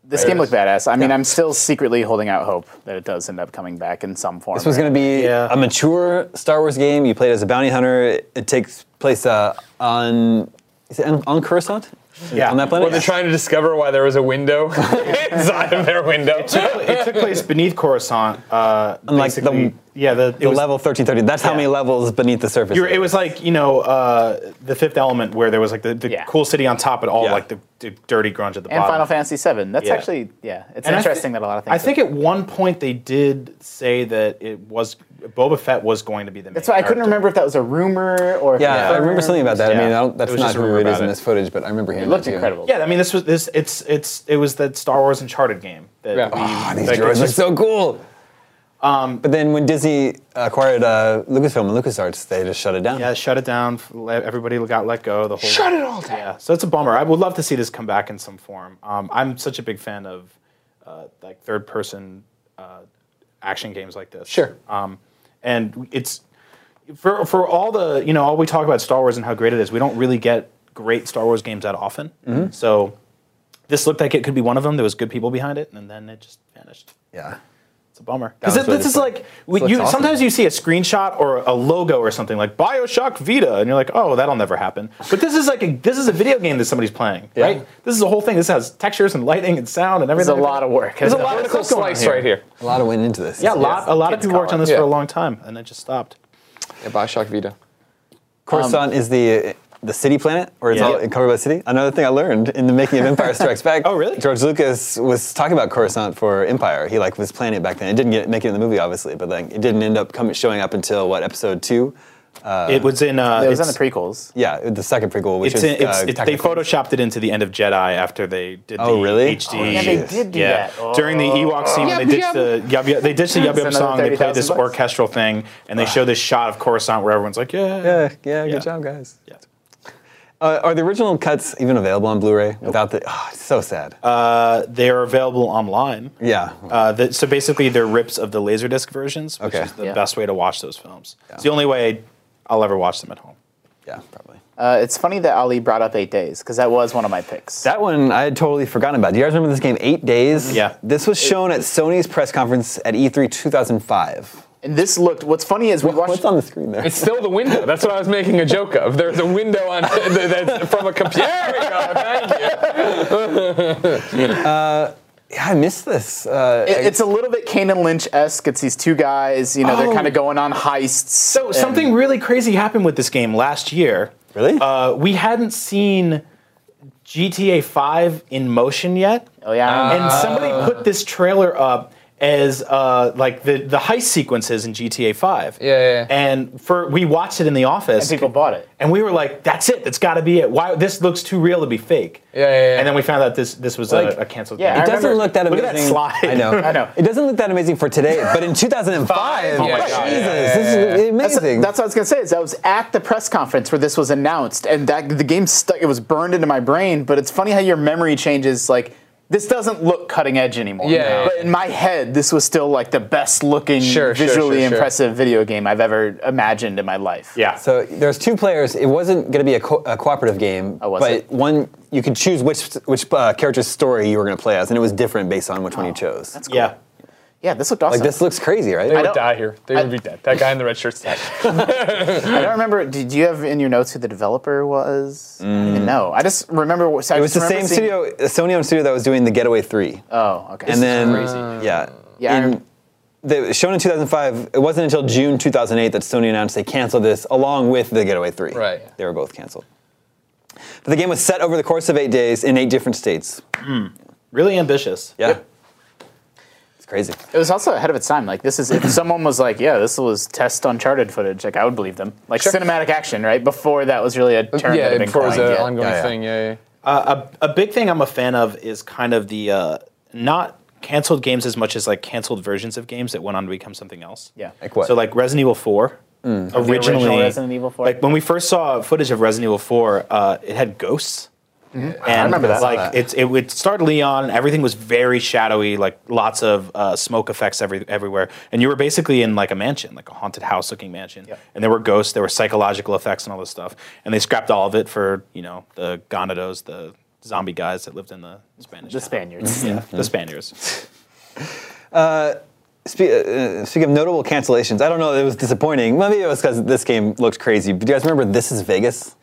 Speaker 6: This game looked badass. I mean,
Speaker 7: Yeah.
Speaker 6: I'm still secretly holding out hope that it does end up coming back in some form.
Speaker 7: This was going to be
Speaker 5: Yeah.
Speaker 7: a mature Star Wars game. You played as a bounty hunter. It, it takes place uh, on is it on, on Coruscant?
Speaker 5: Yeah.
Speaker 7: on that planet.
Speaker 5: Well,
Speaker 7: Yeah.
Speaker 5: they're
Speaker 9: trying to discover why there was a window inside of their window.
Speaker 5: it took place beneath Coruscant. Uh,
Speaker 7: Unlike the-
Speaker 5: basically- yeah, the, it
Speaker 7: the
Speaker 5: was,
Speaker 7: level 1330. That's how
Speaker 5: Yeah.
Speaker 7: many levels beneath the surface.
Speaker 5: You were,
Speaker 7: there
Speaker 5: it was
Speaker 7: is.
Speaker 5: like you know uh, the Fifth Element, where there was like the, the
Speaker 6: Yeah.
Speaker 5: cool city on top, and all
Speaker 7: Yeah.
Speaker 5: like the, the dirty grunge at the
Speaker 6: and
Speaker 5: bottom.
Speaker 6: Final Fantasy VII. That's
Speaker 5: Yeah.
Speaker 6: actually yeah. It's
Speaker 5: And I thi-
Speaker 6: interesting that a lot of things.
Speaker 5: I think
Speaker 6: are-
Speaker 5: at one point they did say that it was Boba Fett was going to be the. Main
Speaker 6: that's why I couldn't
Speaker 5: character.
Speaker 6: remember if that was a rumor or if
Speaker 7: yeah,
Speaker 6: it was
Speaker 7: I remember
Speaker 6: confirmed.
Speaker 7: something about that. I mean,
Speaker 5: Yeah.
Speaker 7: I don't, that's
Speaker 5: It was
Speaker 7: not
Speaker 5: just a
Speaker 7: who
Speaker 5: rumor
Speaker 7: it is
Speaker 5: about
Speaker 7: in
Speaker 5: it.
Speaker 7: this footage, but I remember hearing
Speaker 6: It looked
Speaker 7: that too.
Speaker 6: incredible.
Speaker 5: Yeah, I mean, this was this. It's it's it was that Star Wars Uncharted game that
Speaker 4: Yeah.
Speaker 5: we.
Speaker 7: Ah, these
Speaker 5: like, Um,
Speaker 7: droids
Speaker 5: it's
Speaker 7: are
Speaker 5: just-
Speaker 7: so cool. but then when Disney acquired uh, Lucasfilm and LucasArts, they just shut it down.
Speaker 5: yeah, shut it down. Let- Everybody got let go. The whole shut it all down. Yeah, so it's a bummer. I would love to see this come back in some form. Um, I'm such a big fan of uh, like third person uh, action games like this.
Speaker 4: Sure.
Speaker 5: Um, and it's for for all the you know all we talk about Star Wars and how great it is. We don't really get great Star Wars games that often. So this looked like it could be one of them. There was good people behind it, and then it just vanished.
Speaker 7: yeah.
Speaker 5: It's a bummer. Because
Speaker 7: was
Speaker 5: this
Speaker 7: really
Speaker 5: is
Speaker 7: cool.
Speaker 5: like we,
Speaker 4: looks
Speaker 5: you,
Speaker 4: awesome.
Speaker 5: sometimes you see a screenshot or a logo or something like Bioshock Vita, and you're like, oh, that'll never happen. But this is like a, this is a video game that somebody's playing, right? This is a whole thing. This has textures and lighting and sound and
Speaker 6: There's a
Speaker 5: everything.
Speaker 6: lot of work.
Speaker 5: There's a lot of
Speaker 4: Vertical
Speaker 5: stuff going on
Speaker 4: slice right here.
Speaker 7: A lot of went into this.
Speaker 5: Yeah, a lot. A lot of
Speaker 6: Kids
Speaker 5: people worked
Speaker 6: color.
Speaker 5: on this
Speaker 4: Yeah.
Speaker 5: for a long time, and it just stopped.
Speaker 4: Yeah, Bioshock Vita.
Speaker 7: Coruscant is the the city planet, or it's
Speaker 5: um, Yeah.
Speaker 7: all covered by city. Another thing I learned in the making of Empire Strikes Back.
Speaker 5: Oh, really?
Speaker 7: George Lucas was talking about Coruscant for Empire. He like was planning it back then. It didn't get make it in the movie, obviously, but like it didn't end up coming showing up until what episode two?
Speaker 5: it was in. Uh,
Speaker 6: It was in
Speaker 5: it's-
Speaker 6: the prequels.
Speaker 7: Yeah, the second prequel, which
Speaker 5: It's,
Speaker 7: is
Speaker 5: in, it's,
Speaker 7: uh,
Speaker 5: it's-
Speaker 7: Attack
Speaker 5: they
Speaker 7: of the Clones.
Speaker 5: photoshopped it into the end of Jedi after they did
Speaker 7: Oh,
Speaker 5: the
Speaker 7: really?
Speaker 5: HD.
Speaker 7: Oh,
Speaker 6: Yeah,
Speaker 7: yeah,
Speaker 6: they
Speaker 7: Jeez.
Speaker 6: did do
Speaker 5: Yeah.
Speaker 6: that. Oh.
Speaker 5: During the Ewok scene, when they ditched
Speaker 4: Yub,
Speaker 5: the
Speaker 4: yub.
Speaker 5: yub, yub, they ditched the yub
Speaker 6: It's
Speaker 5: yub
Speaker 6: another
Speaker 5: song. They played
Speaker 6: 30,000
Speaker 5: this
Speaker 6: bucks.
Speaker 5: orchestral thing, and they show this shot of Coruscant where everyone's like, yeah,
Speaker 7: Yeah, yeah, good
Speaker 5: Yeah.
Speaker 7: job, guys.
Speaker 5: yeah.
Speaker 7: Uh, are the original cuts even available on Blu-ray without the? Oh, it's so sad.
Speaker 5: Uh, they are available online.
Speaker 7: yeah,
Speaker 5: Uh, that so basically, they're rips of the laserdisc versions, which
Speaker 7: Okay.
Speaker 5: is the
Speaker 6: Yeah.
Speaker 5: best way to watch those films. It's the only way I'll ever watch them at home.
Speaker 7: yeah, probably.
Speaker 6: Uh, it's funny that Ali brought up Eight Days because that was one of my picks.
Speaker 7: That one I had totally forgotten about. Do you guys remember this game, Eight Days?
Speaker 5: Yeah.
Speaker 7: E This was shown at Sony's press conference at E3 2005.
Speaker 6: And this looked. What's funny is we watched.
Speaker 7: What's on the screen there?
Speaker 9: It's still the window. That's what I was making a joke of. There's a window on that's from a computer. There we go. Thank you.
Speaker 7: Yeah, I missed this. Uh,
Speaker 6: It- it's a little bit Kanan Lynch esque. It's these two guys, you know, they're kind of going on heists.
Speaker 5: Oh. So something really crazy happened with this game last year.
Speaker 7: Really?
Speaker 5: Uh, we hadn't seen GTA 5 in motion yet.
Speaker 6: Oh, yeah.
Speaker 5: And somebody put this trailer up as uh, like the, the heist sequences in GTA 5.
Speaker 9: Yeah, yeah, yeah.
Speaker 5: And for we watched it in the office.
Speaker 6: And people bought it.
Speaker 5: And we were like, "That's it. That's got to be it. Why this looks too real to be fake."
Speaker 9: Yeah, yeah, yeah.
Speaker 5: And then we found out this this was
Speaker 7: Like,
Speaker 5: a, a canceled.
Speaker 6: yeah,
Speaker 5: game.
Speaker 7: it
Speaker 6: I
Speaker 7: doesn't
Speaker 6: remember-
Speaker 7: look that
Speaker 5: look
Speaker 7: amazing.
Speaker 5: at that slide.
Speaker 7: I know.
Speaker 6: I know.
Speaker 7: It doesn't look that amazing for today, but in 2005,
Speaker 9: Oh my God.
Speaker 7: Jesus,
Speaker 9: Yeah, yeah,
Speaker 7: this is
Speaker 6: That's,
Speaker 7: amazing.
Speaker 6: that's what I was gonna say. Is I was at the press conference where this was announced, and that the game stuck. It was burned into my brain. But it's funny how your memory changes. Like this doesn't look cutting edge anymore.
Speaker 9: Yeah, yeah,
Speaker 6: But in my head, this was still like the best looking,
Speaker 9: Sure, sure,
Speaker 6: visually
Speaker 9: sure, sure.
Speaker 6: impressive video game I've ever imagined in my life.
Speaker 5: Yeah.
Speaker 7: so there's two players. It wasn't going to be a, co- a cooperative game,
Speaker 6: Oh, was
Speaker 7: but
Speaker 6: it?
Speaker 7: one you could choose which which uh, character's story you were going to play as, and it was different based on which one you chose. That's
Speaker 5: Yeah.
Speaker 6: Yeah, this looked awesome.
Speaker 7: Like this looks crazy, right?
Speaker 9: They would
Speaker 6: don't-
Speaker 9: die here. They would be dead. That guy in the red shirt's dead.
Speaker 6: I don't remember. Did you have in your notes who the developer was? I don't even know. I just remember. I
Speaker 7: Mm. it was the same studio, Sony owned studio that was doing the Getaway Three,
Speaker 6: Oh, okay.
Speaker 7: and then
Speaker 6: crazy.
Speaker 7: yeah,
Speaker 6: Yeah, I
Speaker 7: in-
Speaker 6: rem-
Speaker 7: they- it was shown in 2005. It wasn't until June 2008 that Sony announced they canceled this, along with the Getaway Three.
Speaker 9: Right.
Speaker 7: they were both canceled. But the game was set over the course of eight days in eight different states.
Speaker 5: Really ambitious.
Speaker 7: Yeah, it's crazy.
Speaker 6: It was also ahead of its time. Like this is if someone was like, "Yeah, this was test Uncharted footage," like I would believe them. Like cinematic action, right? Before that was really a term that
Speaker 9: Uh, yeah,
Speaker 6: had been
Speaker 9: before it was
Speaker 6: coined.
Speaker 9: an
Speaker 6: yeah.
Speaker 9: ongoing
Speaker 7: Yeah, yeah.
Speaker 9: thing. Yeah, yeah.
Speaker 5: Uh, a, a big thing I'm a fan of is kind of the uh, not canceled games as much as like canceled versions of games that went on to become something else.
Speaker 6: Yeah.
Speaker 7: Like what?
Speaker 5: So like Resident Evil 4 originally
Speaker 6: original Resident Evil 4.
Speaker 5: Like when we first saw footage of Resident Evil 4, uh, it had ghosts. And I
Speaker 6: remember that.
Speaker 5: Like
Speaker 6: I saw that.
Speaker 5: it's it would start Leon, and everything was very shadowy, like lots of uh, smoke effects every, everywhere, and you were basically in like a mansion, like a haunted house looking mansion, and there were ghosts, there were psychological effects and all this stuff, and they scrapped all of it for you know the Gonados, the zombie guys that lived in the Spanish,
Speaker 6: the
Speaker 5: town.
Speaker 6: Spaniards.
Speaker 9: Mm-hmm.
Speaker 5: yeah, the Spaniards.
Speaker 7: Spe- uh, speaking of notable cancellations, I don't know. It was disappointing. Maybe it was because this game looked crazy. But do you guys remember This Is Vegas?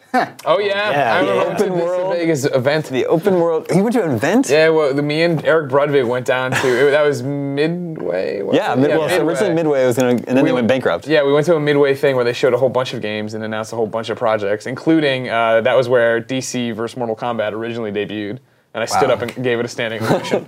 Speaker 9: Oh yeah,
Speaker 5: Yeah,
Speaker 9: I remember
Speaker 5: yeah.
Speaker 9: to this Vegas event.
Speaker 7: The open world. You went to an event.
Speaker 9: Yeah, well, the, me and Eric Brudvig went down to it, that was Midway. wasn't
Speaker 7: Yeah,
Speaker 9: it?
Speaker 7: mid- well, so originally Midway was gonna, and then they went bankrupt.
Speaker 9: Yeah, we went to a Midway thing where they showed a whole bunch of games and announced a whole bunch of projects, including uh, that was where DC versus Mortal Kombat originally debuted. And I stood
Speaker 7: Wow.
Speaker 9: up and gave it a standing ovation.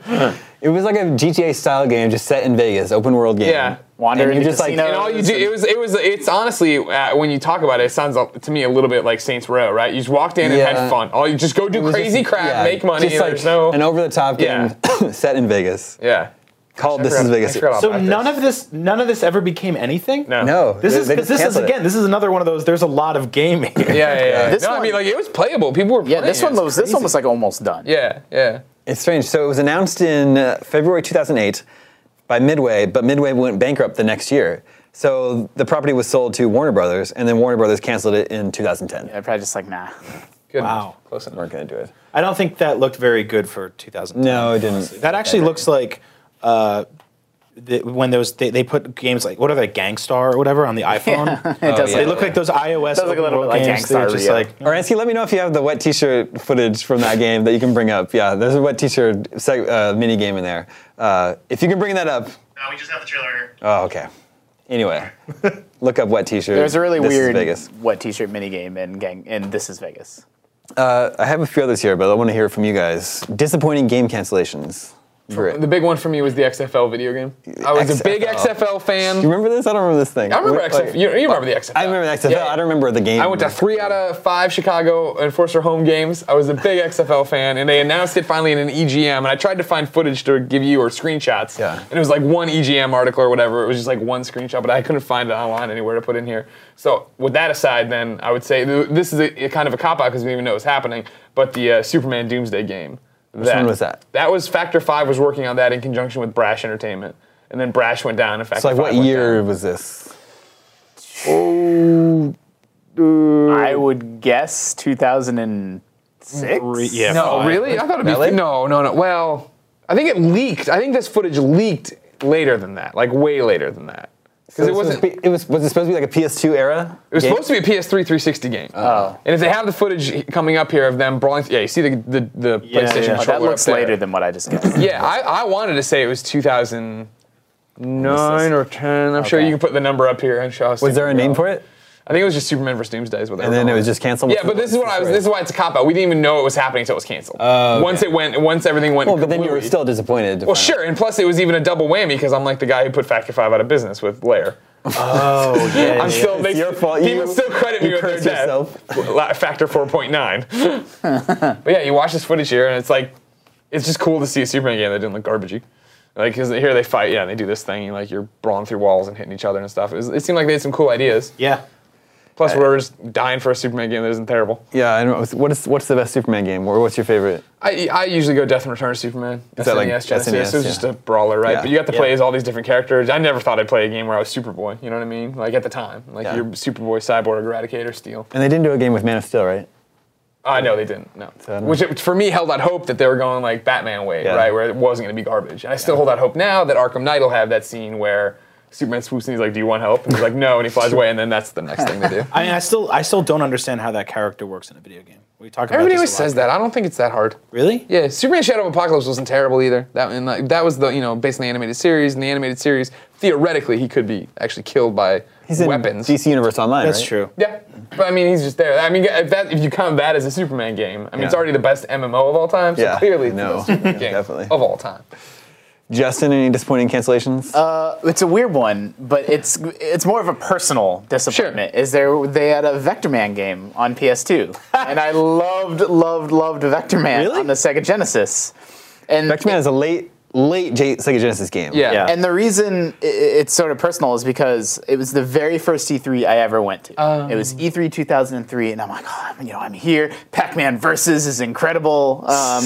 Speaker 7: It was like a GTA style game, just set in Vegas, open world game.
Speaker 9: Yeah.
Speaker 6: Wander
Speaker 7: And
Speaker 6: in
Speaker 7: you're
Speaker 6: the
Speaker 7: just like,
Speaker 6: casino.
Speaker 9: and all you do, it was, it was, it's honestly, uh, when you talk about it, it sounds uh, to me a little bit like Saints Row, right? You just walked in and
Speaker 7: Yeah.
Speaker 9: had fun. All you just go do
Speaker 7: it was
Speaker 9: crazy
Speaker 7: just-
Speaker 9: crap,
Speaker 7: yeah,
Speaker 9: make money.
Speaker 7: Just
Speaker 9: and
Speaker 7: like
Speaker 9: there's no,
Speaker 7: an over the top game set in Vegas.
Speaker 9: yeah.
Speaker 7: Called
Speaker 9: I
Speaker 7: This
Speaker 9: forgot-
Speaker 7: Is
Speaker 9: I
Speaker 7: Vegas.
Speaker 9: forgot about
Speaker 5: so
Speaker 9: that.
Speaker 5: none of this, none of this ever became anything.
Speaker 9: No.
Speaker 7: No,
Speaker 5: This
Speaker 7: they-
Speaker 5: is
Speaker 7: they
Speaker 5: because
Speaker 7: just
Speaker 5: this is
Speaker 7: canceled it.
Speaker 5: again. This is another one of those. There's a lot of gaming.
Speaker 9: Yeah, yeah, yeah.
Speaker 6: This
Speaker 9: no, I
Speaker 6: one-
Speaker 9: mean, like, it was playable. People were
Speaker 6: Yeah,
Speaker 9: playing
Speaker 6: this
Speaker 9: it.
Speaker 6: one was this one was like almost done.
Speaker 9: Yeah, yeah.
Speaker 7: It's strange. So it was announced in uh, February 2008 by Midway, but Midway went bankrupt the next year. So the property was sold to Warner Brothers, and then Warner Brothers canceled it in 2010.
Speaker 6: They're probably just like, nah.
Speaker 9: Good.
Speaker 5: Wow.
Speaker 9: Close enough.
Speaker 7: Weren't gonna do it.
Speaker 5: I don't think that looked very good for 2010.
Speaker 7: No, it didn't.
Speaker 5: That actually looks like uh, the, when those they, they put games like what are they Gangstar or whatever on the iPhone.
Speaker 6: It does.
Speaker 5: They look like those iOS.
Speaker 6: Does look a
Speaker 5: open
Speaker 6: little
Speaker 5: world
Speaker 6: bit like
Speaker 5: games. They're
Speaker 6: Gangstar
Speaker 5: just
Speaker 6: Rio.
Speaker 5: like
Speaker 7: Oransky, let me know if you have the wet T-shirt footage from that game that you can bring up. Yeah, there's a wet T-shirt seg- uh, mini game in there. Uh, if you can bring that up.
Speaker 10: Uh, we just have the trailer.
Speaker 7: Oh, okay. Anyway, look up wet T-shirt.
Speaker 6: There's a really
Speaker 7: This is
Speaker 6: weird
Speaker 7: Vegas.
Speaker 6: what t-shirt minigame in gang in This Is Vegas.
Speaker 7: I have a few others here, but I want to hear from you guys. Disappointing game cancellations. Brit.
Speaker 9: The big one for me was the XFL video game. I was a big
Speaker 7: XFL.
Speaker 9: XFL fan.
Speaker 7: You remember this? I don't remember this thing.
Speaker 9: I remember
Speaker 7: Like,
Speaker 9: XFL. You, you remember the XFL?
Speaker 7: I remember the XFL.
Speaker 9: Yeah, yeah.
Speaker 7: I don't remember the game.
Speaker 9: I went to three out of five Chicago Enforcer home games. I was a big XFL fan, and they announced it finally in an EGM. And I tried to find footage to give you or screenshots.
Speaker 7: Yeah.
Speaker 9: And it was like one EGM article or whatever. It was just like one screenshot, but I couldn't find it online anywhere to put in here. So with that aside, then I would say th- this is a, a kind of a cop out because we didn't even know it was happening. But the uh, Superman Doomsday game. Which
Speaker 7: one was that?
Speaker 9: That was Factor Five was working on that in conjunction with Brash Entertainment, and then Brash went down. And Factor
Speaker 7: So, like, what
Speaker 9: Five went
Speaker 7: year
Speaker 9: down.
Speaker 7: was this?
Speaker 6: I would guess 2006.
Speaker 5: yeah.
Speaker 9: No, really? I thought it'd be
Speaker 7: Really?
Speaker 9: no, no, no. Well, I think it leaked. I think this footage leaked later than that, like way later than that. Because it
Speaker 7: was
Speaker 9: wasn't.
Speaker 7: supposed to be- it was was it supposed to be like a PS2 era?
Speaker 9: It was supposed to be a PS3 360 game. Oh. And if they have the footage coming up here of them brawling, yeah, you see the the, the PlayStation
Speaker 5: yeah.
Speaker 9: controller.
Speaker 5: Oh,
Speaker 6: that looks
Speaker 9: up there.
Speaker 6: later than what I just guessed.
Speaker 9: Yeah, I, I wanted to say it was 2009 or 10. I'm sure you can put the number up here and show us.
Speaker 7: Was there a name for it?
Speaker 9: I think it was just Superman vs Doomsday is what they
Speaker 7: And
Speaker 9: were
Speaker 7: then it
Speaker 9: calling
Speaker 7: was just canceled.
Speaker 9: Yeah, but this is what I was. This is why it's a cop out. We didn't even know it was happening until it was canceled. Once it went, once everything went.
Speaker 7: Oh, Well, Oh, but then you were
Speaker 9: completely-
Speaker 7: still disappointed. to
Speaker 9: Well,
Speaker 7: find
Speaker 9: sure, and plus it was even a double whammy because I'm like the guy who put Factor Five out of business with Lair.
Speaker 5: Oh yeah,
Speaker 9: I'm still.
Speaker 7: It's
Speaker 9: they,
Speaker 7: your fault.
Speaker 9: People
Speaker 7: You-
Speaker 9: still credit
Speaker 7: you
Speaker 9: me with their
Speaker 7: cursed
Speaker 9: death. La- Factor 4.9. but yeah, you watch this footage here, and it's like, it's just cool to see a Superman game that didn't look garbagey. Like, 'cause here they fight, yeah, and they do this thing, and, like you're brawling through walls and hitting each other and stuff. It, was- it seemed like they had some cool ideas.
Speaker 5: yeah.
Speaker 9: Plus, we're just dying for a Superman game that isn't terrible.
Speaker 7: it. Yeah, I don't know. What is what's the best Superman game? Or what's your favorite?
Speaker 9: I, I usually go Death and Return of Superman. Is
Speaker 7: that like
Speaker 9: Genesis?
Speaker 7: SNES,
Speaker 9: it was
Speaker 7: yeah.
Speaker 9: just a brawler, right?
Speaker 7: Yeah.
Speaker 9: But you got to play
Speaker 5: Yeah.
Speaker 9: as all these different characters. I never thought I'd play a game where I was Superboy. You know what I mean? Like at the time, like
Speaker 7: Yeah.
Speaker 9: you're Superboy, Cyborg, Eradicator, Steel.
Speaker 7: And they didn't do a game with Man of Steel, right?
Speaker 9: I know they didn't. No,
Speaker 7: So I don't-
Speaker 9: which it, for me held out hope that they were going like Batman way,
Speaker 7: Yeah.
Speaker 9: right, where it wasn't going to be garbage. And I still hold out hope now that Arkham Knight will have that scene where Superman swoops in, he's like, "Do you want help?" And he's like, "No," and he flies away, and then that's the next thing they do.
Speaker 5: I mean, I still I still don't understand how that character works in a video game. We talk about
Speaker 9: Everybody
Speaker 5: this a
Speaker 9: always
Speaker 5: lot.
Speaker 9: says that. I don't think it's that hard.
Speaker 5: Really?
Speaker 9: Yeah, Superman Shadow of Apocalypse wasn't terrible either. That and like, that was the you know based on the animated series. And the animated series, theoretically, he could be actually killed by
Speaker 7: He's in
Speaker 9: weapons.
Speaker 7: DC Universe Online.
Speaker 5: That's
Speaker 7: right?
Speaker 5: true.
Speaker 9: Yeah, but I mean, he's just there. I mean, if that if you count that as a Superman game, I mean, it's
Speaker 7: Yeah.
Speaker 9: already the best MMO of all time. So
Speaker 7: Yeah,
Speaker 9: clearly,
Speaker 7: I
Speaker 9: it's
Speaker 7: know.
Speaker 9: the best Superman
Speaker 7: Yeah,
Speaker 9: game
Speaker 7: definitely.
Speaker 9: of all time.
Speaker 7: Justin, any disappointing cancellations?
Speaker 9: Uh,
Speaker 6: It's a weird one, but it's it's more of a personal disappointment. Is there they had a Vector Man game on PS2, and I loved loved loved Vector Man
Speaker 7: Really?
Speaker 6: on the Sega Genesis. And
Speaker 7: Vector Man is a late, late J- Sega Genesis game.
Speaker 9: Yeah.
Speaker 5: Yeah.
Speaker 6: And the reason i- i- it's sort of personal is because it was the very first E3 I ever went to. it
Speaker 9: Oh.
Speaker 6: was E E3 2003, and I'm like, oh, you know, I'm here. Pac-Man versus is incredible. Um,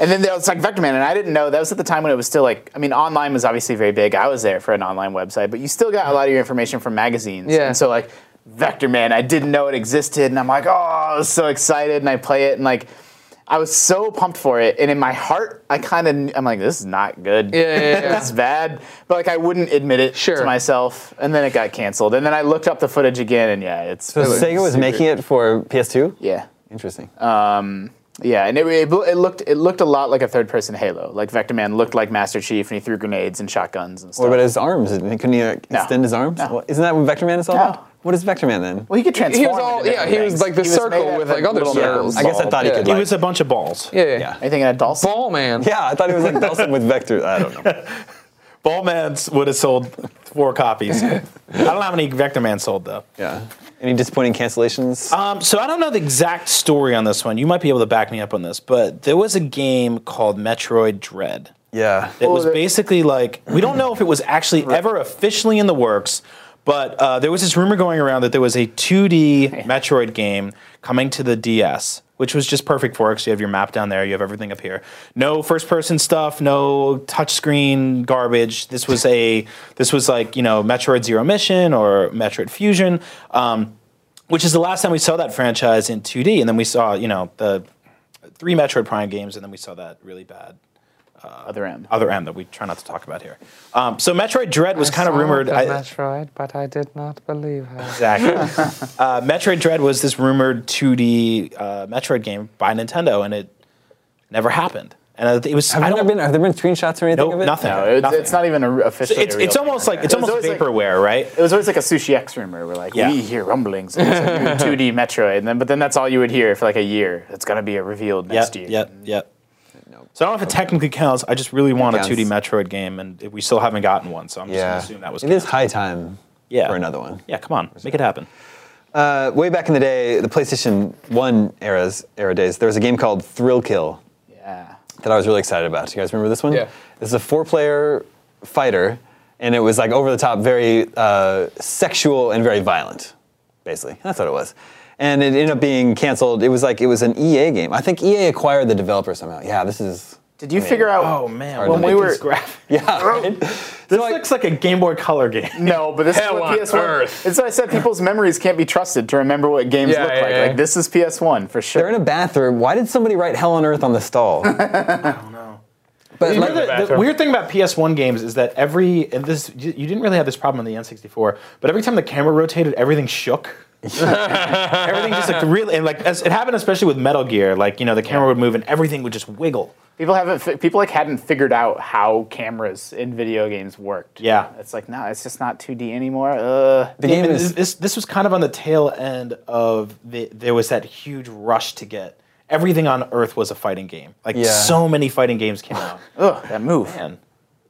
Speaker 6: and then there was like Vector Man, and I didn't know that was at the time when it was still like, I mean, online was obviously very big. I was there for an online website, but you still got a lot of your information from magazines.
Speaker 9: Yeah.
Speaker 6: And so like Vector Man, I didn't know it existed, and I'm like, oh, I was so excited, and I play it, and like. I was so pumped for it, and in my heart, I kind of I'm like, this is not good.
Speaker 9: yeah, yeah, yeah.
Speaker 6: It's bad, but like I wouldn't admit it
Speaker 9: Sure.
Speaker 6: to myself. And then it got canceled. And then I looked up the footage again, and yeah, it's
Speaker 7: So Sega was making it for PS2.
Speaker 6: yeah,
Speaker 7: Interesting.
Speaker 6: um, yeah. And it, it, lo- it looked it looked a lot like a third person Halo. Like Vector Man looked like Master Chief, and he threw grenades and shotguns and stuff.
Speaker 7: what about his arms? Couldn't he like,
Speaker 6: No.
Speaker 7: extend his arms?
Speaker 6: No.
Speaker 7: Well, isn't that what Vector Man is all
Speaker 6: No.
Speaker 7: about? What is Vector Man then?
Speaker 6: well, he could transform.
Speaker 9: He was all
Speaker 6: into
Speaker 9: yeah.
Speaker 6: different
Speaker 9: He was
Speaker 6: things.
Speaker 9: like the
Speaker 6: made out
Speaker 9: circle
Speaker 6: of,
Speaker 9: with
Speaker 6: like,
Speaker 9: like other
Speaker 6: little
Speaker 9: circles.
Speaker 6: balls.
Speaker 7: I guess I thought he
Speaker 9: Yeah.
Speaker 7: could
Speaker 5: He
Speaker 7: like.
Speaker 5: was a bunch of balls.
Speaker 9: Yeah, yeah.
Speaker 7: yeah.
Speaker 6: Are you thinking of Dulce?
Speaker 9: Ball man.
Speaker 7: yeah, I thought he was like Dawson with Vector. I don't know.
Speaker 5: Ballman's would have sold four copies. I don't know how many Vector Man sold though.
Speaker 7: Yeah. Any disappointing cancellations?
Speaker 5: Um, so I don't know the exact story on this one. You might be able to back me up on this, but there was a game called Metroid Dread.
Speaker 7: yeah.
Speaker 5: It was basically like we don't know if it was actually ever officially in the works, but uh, there was this rumor going around that there was a 2D Metroid game coming to the DS, which was just perfect for it. 'cause you have your map down there, you have everything up here. No first-person stuff, no touchscreen garbage. This was a this was like you know Metroid Zero Mission or Metroid Fusion. Um, which is the last time we saw that franchise in 2D, and then we saw, you know, the three Metroid Prime games, and then we saw that really bad
Speaker 6: Other M.
Speaker 5: other end that we try not to talk about here. Um, so Metroid Dread was kind of rumored. I-
Speaker 8: Metroid, but I did not believe her.
Speaker 5: exactly. uh, Metroid Dread was this rumored 2D uh, Metroid game by Nintendo, and it never happened. And it was
Speaker 7: Have
Speaker 5: I
Speaker 7: there
Speaker 5: don't
Speaker 7: been have there been screenshoffs or anything
Speaker 5: Nope,
Speaker 7: of it?
Speaker 5: nothing.
Speaker 6: No, it's,
Speaker 5: Nothing.
Speaker 6: it's not even a, officially.
Speaker 5: It's,
Speaker 6: a real
Speaker 5: it's
Speaker 6: thing
Speaker 5: almost
Speaker 6: right
Speaker 5: like it's
Speaker 6: now. It was
Speaker 5: almost
Speaker 6: always like-
Speaker 5: vaporware, right?
Speaker 6: It was always like a sushi X rumor. We're like,
Speaker 5: Yeah.
Speaker 6: we hear rumblings. And it's a new 2D Metroid, and then but then that's all you would hear for like a year. It's gonna be a revealed next
Speaker 5: Yep,
Speaker 6: year.
Speaker 5: yep, yep. So I don't know if it technically counts. I just really want a
Speaker 7: counts.
Speaker 5: 2D Metroid game, and we still haven't gotten one, so I'm just
Speaker 7: Yeah.
Speaker 5: gonna assume that was.
Speaker 7: it is high time
Speaker 5: Yeah.
Speaker 7: for another one.
Speaker 5: Yeah, come on, make it happen.
Speaker 7: Uh, way back in the day, the PlayStation 1 eras, era days, there was a game called Thrill Kill
Speaker 6: Yeah.
Speaker 7: that I was really excited about. You guys remember this one?
Speaker 9: Yeah.
Speaker 7: This is a four-player fighter, and it was like over the top, very uh, sexual and very violent, basically. That's what it was. And it ended up being canceled. It was like it was an EA game. I think EA acquired the developer somehow. Yeah, this is.
Speaker 6: Did you figure out?
Speaker 5: Oh man,
Speaker 7: Hard
Speaker 5: when
Speaker 7: to
Speaker 5: we
Speaker 7: make
Speaker 5: were
Speaker 7: this Yeah. right?
Speaker 5: this looks like a Game Boy Color game.
Speaker 6: No, but this
Speaker 9: Hell on
Speaker 6: is what PS1.
Speaker 9: earth.
Speaker 6: It's what I said. People's memories can't be trusted to remember what games
Speaker 9: Yeah,
Speaker 6: look
Speaker 9: yeah,
Speaker 6: like.
Speaker 9: yeah.
Speaker 6: Like this is PS1 for
Speaker 7: They're
Speaker 6: sure.
Speaker 7: in a bathroom. Why did somebody write Hell on Earth on the stall? But
Speaker 5: You know
Speaker 7: like,
Speaker 5: the- the
Speaker 9: bathroom.
Speaker 5: weird thing about PS1 games is that every and this you you didn't really have this problem on the N64, but every time the camera rotated, everything shook. everything just like really and like as, it happened especially with Metal Gear, like you know the camera would move and everything would just wiggle.
Speaker 6: People haven't. Fi- people like hadn't figured out how cameras in video games worked.
Speaker 5: Yeah.
Speaker 6: it's like no, it's just not 2D anymore. Uh,
Speaker 7: the game
Speaker 5: And
Speaker 7: is
Speaker 5: this, this this was kind of on the tail end of the there was that huge rush to get everything on Earth was a fighting game. Like
Speaker 7: Yeah.
Speaker 5: so many fighting games came out.
Speaker 6: ugh, that move.
Speaker 5: Man,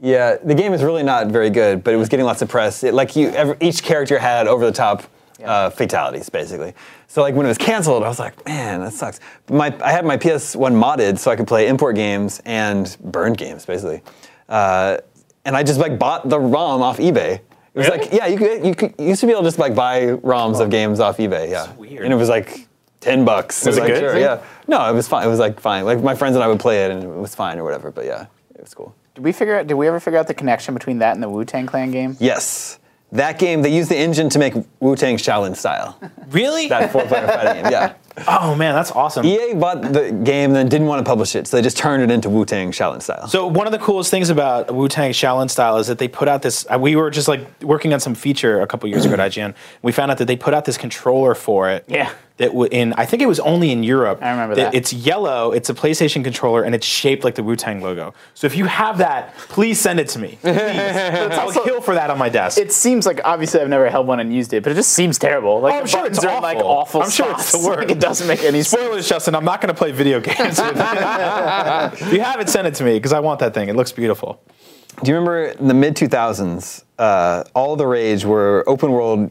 Speaker 7: Yeah, the game is really not very good, but it was getting lots of press. It, like you, every, each character had over the top uh, fatalities, basically. So like when it was canceled, I was like, man, that sucks. My, I had my PS1 modded so I could play import games and burned games, basically. Uh, and I just like bought the ROM off eBay. It was like, yeah, you could, you could you used to be able to just like buy ROMs of games off eBay. Yeah,
Speaker 5: weird.
Speaker 7: And it was like. 10 bucks. Was
Speaker 5: it
Speaker 7: like,
Speaker 5: good?
Speaker 7: sure, yeah. No, it was fine. It was like fine. Like my friends and I would play it and it was fine or whatever, but yeah, it was cool.
Speaker 6: Did we figure out? Did we ever figure out the connection between that and the Wu Tang Clan game?
Speaker 7: Yes. That game, they used the engine to make Wu Tang Shaolin style.
Speaker 5: really?
Speaker 7: That four player fighting game, yeah.
Speaker 5: oh man, that's awesome.
Speaker 7: EA bought the game, then didn't want to publish it, so they just turned it into Wu Tang Shaolin style.
Speaker 5: So one of the coolest things about Wu Tang Shaolin Style is that they put out this. uh, We were just like working on some feature a couple years ago at IGN. We found out that they put out this controller for it.
Speaker 6: Yeah.
Speaker 5: That w- in I think it was only in Europe.
Speaker 6: I remember that.
Speaker 5: It's yellow. It's a PlayStation controller, and it's shaped like the Wu Tang logo. So if you have that, please send it to me. Please. I'll kill for that on my desk.
Speaker 6: It seems like obviously I've never held one and used it, but it just seems terrible. Like
Speaker 5: Oh, I'm
Speaker 6: the
Speaker 5: sure it's
Speaker 6: buttons are in, like
Speaker 5: awful.
Speaker 6: awful.
Speaker 5: I'm sure it's the
Speaker 6: spots. Like,
Speaker 5: worst.
Speaker 6: it doesn't make any sense.
Speaker 5: Spoilers, Justin. I'm not going to play video games. With it. if you have it, send it to me because I want that thing. It looks beautiful.
Speaker 7: Do you remember in the mid 2000s, uh, all the rage were open world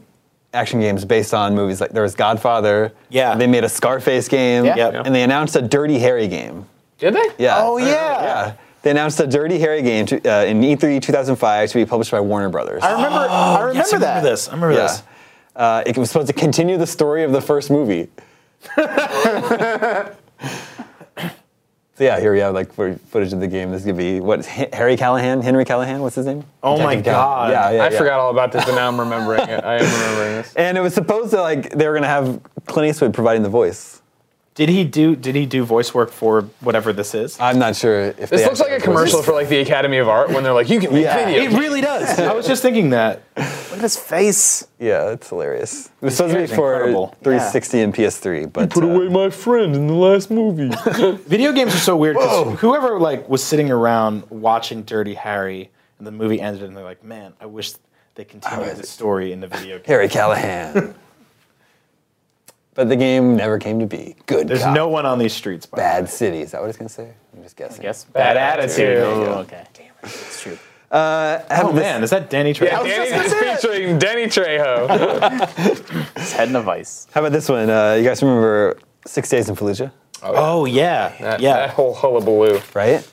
Speaker 7: action games based on movies? Like there was Godfather.
Speaker 5: Yeah.
Speaker 7: They made a Scarface game.
Speaker 6: Yeah.
Speaker 5: Yep.
Speaker 7: And they announced a Dirty Harry game.
Speaker 9: Did they?
Speaker 7: Yeah.
Speaker 6: Oh, yeah.
Speaker 7: Yeah. They announced a Dirty Harry game to, uh, in E3 2005 to be published by Warner Brothers.
Speaker 6: I remember. I remember
Speaker 5: Yes, I
Speaker 6: that.
Speaker 5: remember this. I remember
Speaker 7: Yeah.
Speaker 5: this.
Speaker 7: Uh, it was supposed to continue the story of the first movie. so yeah, here we have like for footage of the game. This could be what H- Harry Callahan, Henry Callahan, what's his name?
Speaker 5: Oh my
Speaker 7: Detective
Speaker 5: God.
Speaker 7: Callahan. Yeah, yeah,
Speaker 9: I
Speaker 7: yeah.
Speaker 9: forgot all about this, but now I'm remembering it. I am remembering this.
Speaker 7: And it was supposed to like they were gonna have Clint Eastwood providing the voice.
Speaker 5: Did he do? Did he do voice work for whatever this is?
Speaker 7: I'm not sure if
Speaker 9: This
Speaker 7: they
Speaker 9: looks like
Speaker 7: actually
Speaker 9: a
Speaker 7: have
Speaker 9: commercial
Speaker 7: voices.
Speaker 9: for like the Academy of Art when they're like, you can make
Speaker 7: Yeah.
Speaker 9: video.
Speaker 5: It really does. I was just thinking that.
Speaker 6: Look at his face.
Speaker 7: Yeah, it's hilarious. It was supposed to be
Speaker 5: hair's
Speaker 7: for
Speaker 5: incredible.
Speaker 7: 360 and PS3, but uh,
Speaker 9: my friend in the last movie.
Speaker 5: Video games are so weird because whoever like was sitting around watching Dirty Harry and the movie ended and they're like, man, I wish they continued the story in the video game.
Speaker 7: Harry Callahan. but the game never came to be. Good.
Speaker 5: There's
Speaker 7: cop.
Speaker 5: no one on these streets. By the way.
Speaker 7: Bad City. Is that what it's gonna say? I'm just guessing.
Speaker 6: Yes.
Speaker 9: Bad
Speaker 6: attitude.
Speaker 9: attitude.
Speaker 6: Oh, okay. Damn it. It's true.
Speaker 5: Oh man, is that Danny Trejo?
Speaker 9: Danny, featuring Danny Trejo.
Speaker 6: His head in a vice.
Speaker 7: How about this one? Uh, you guys remember Six Days in Fallujah,
Speaker 5: Oh yeah,
Speaker 9: That, that
Speaker 5: yeah.
Speaker 9: whole hullabaloo.
Speaker 7: right?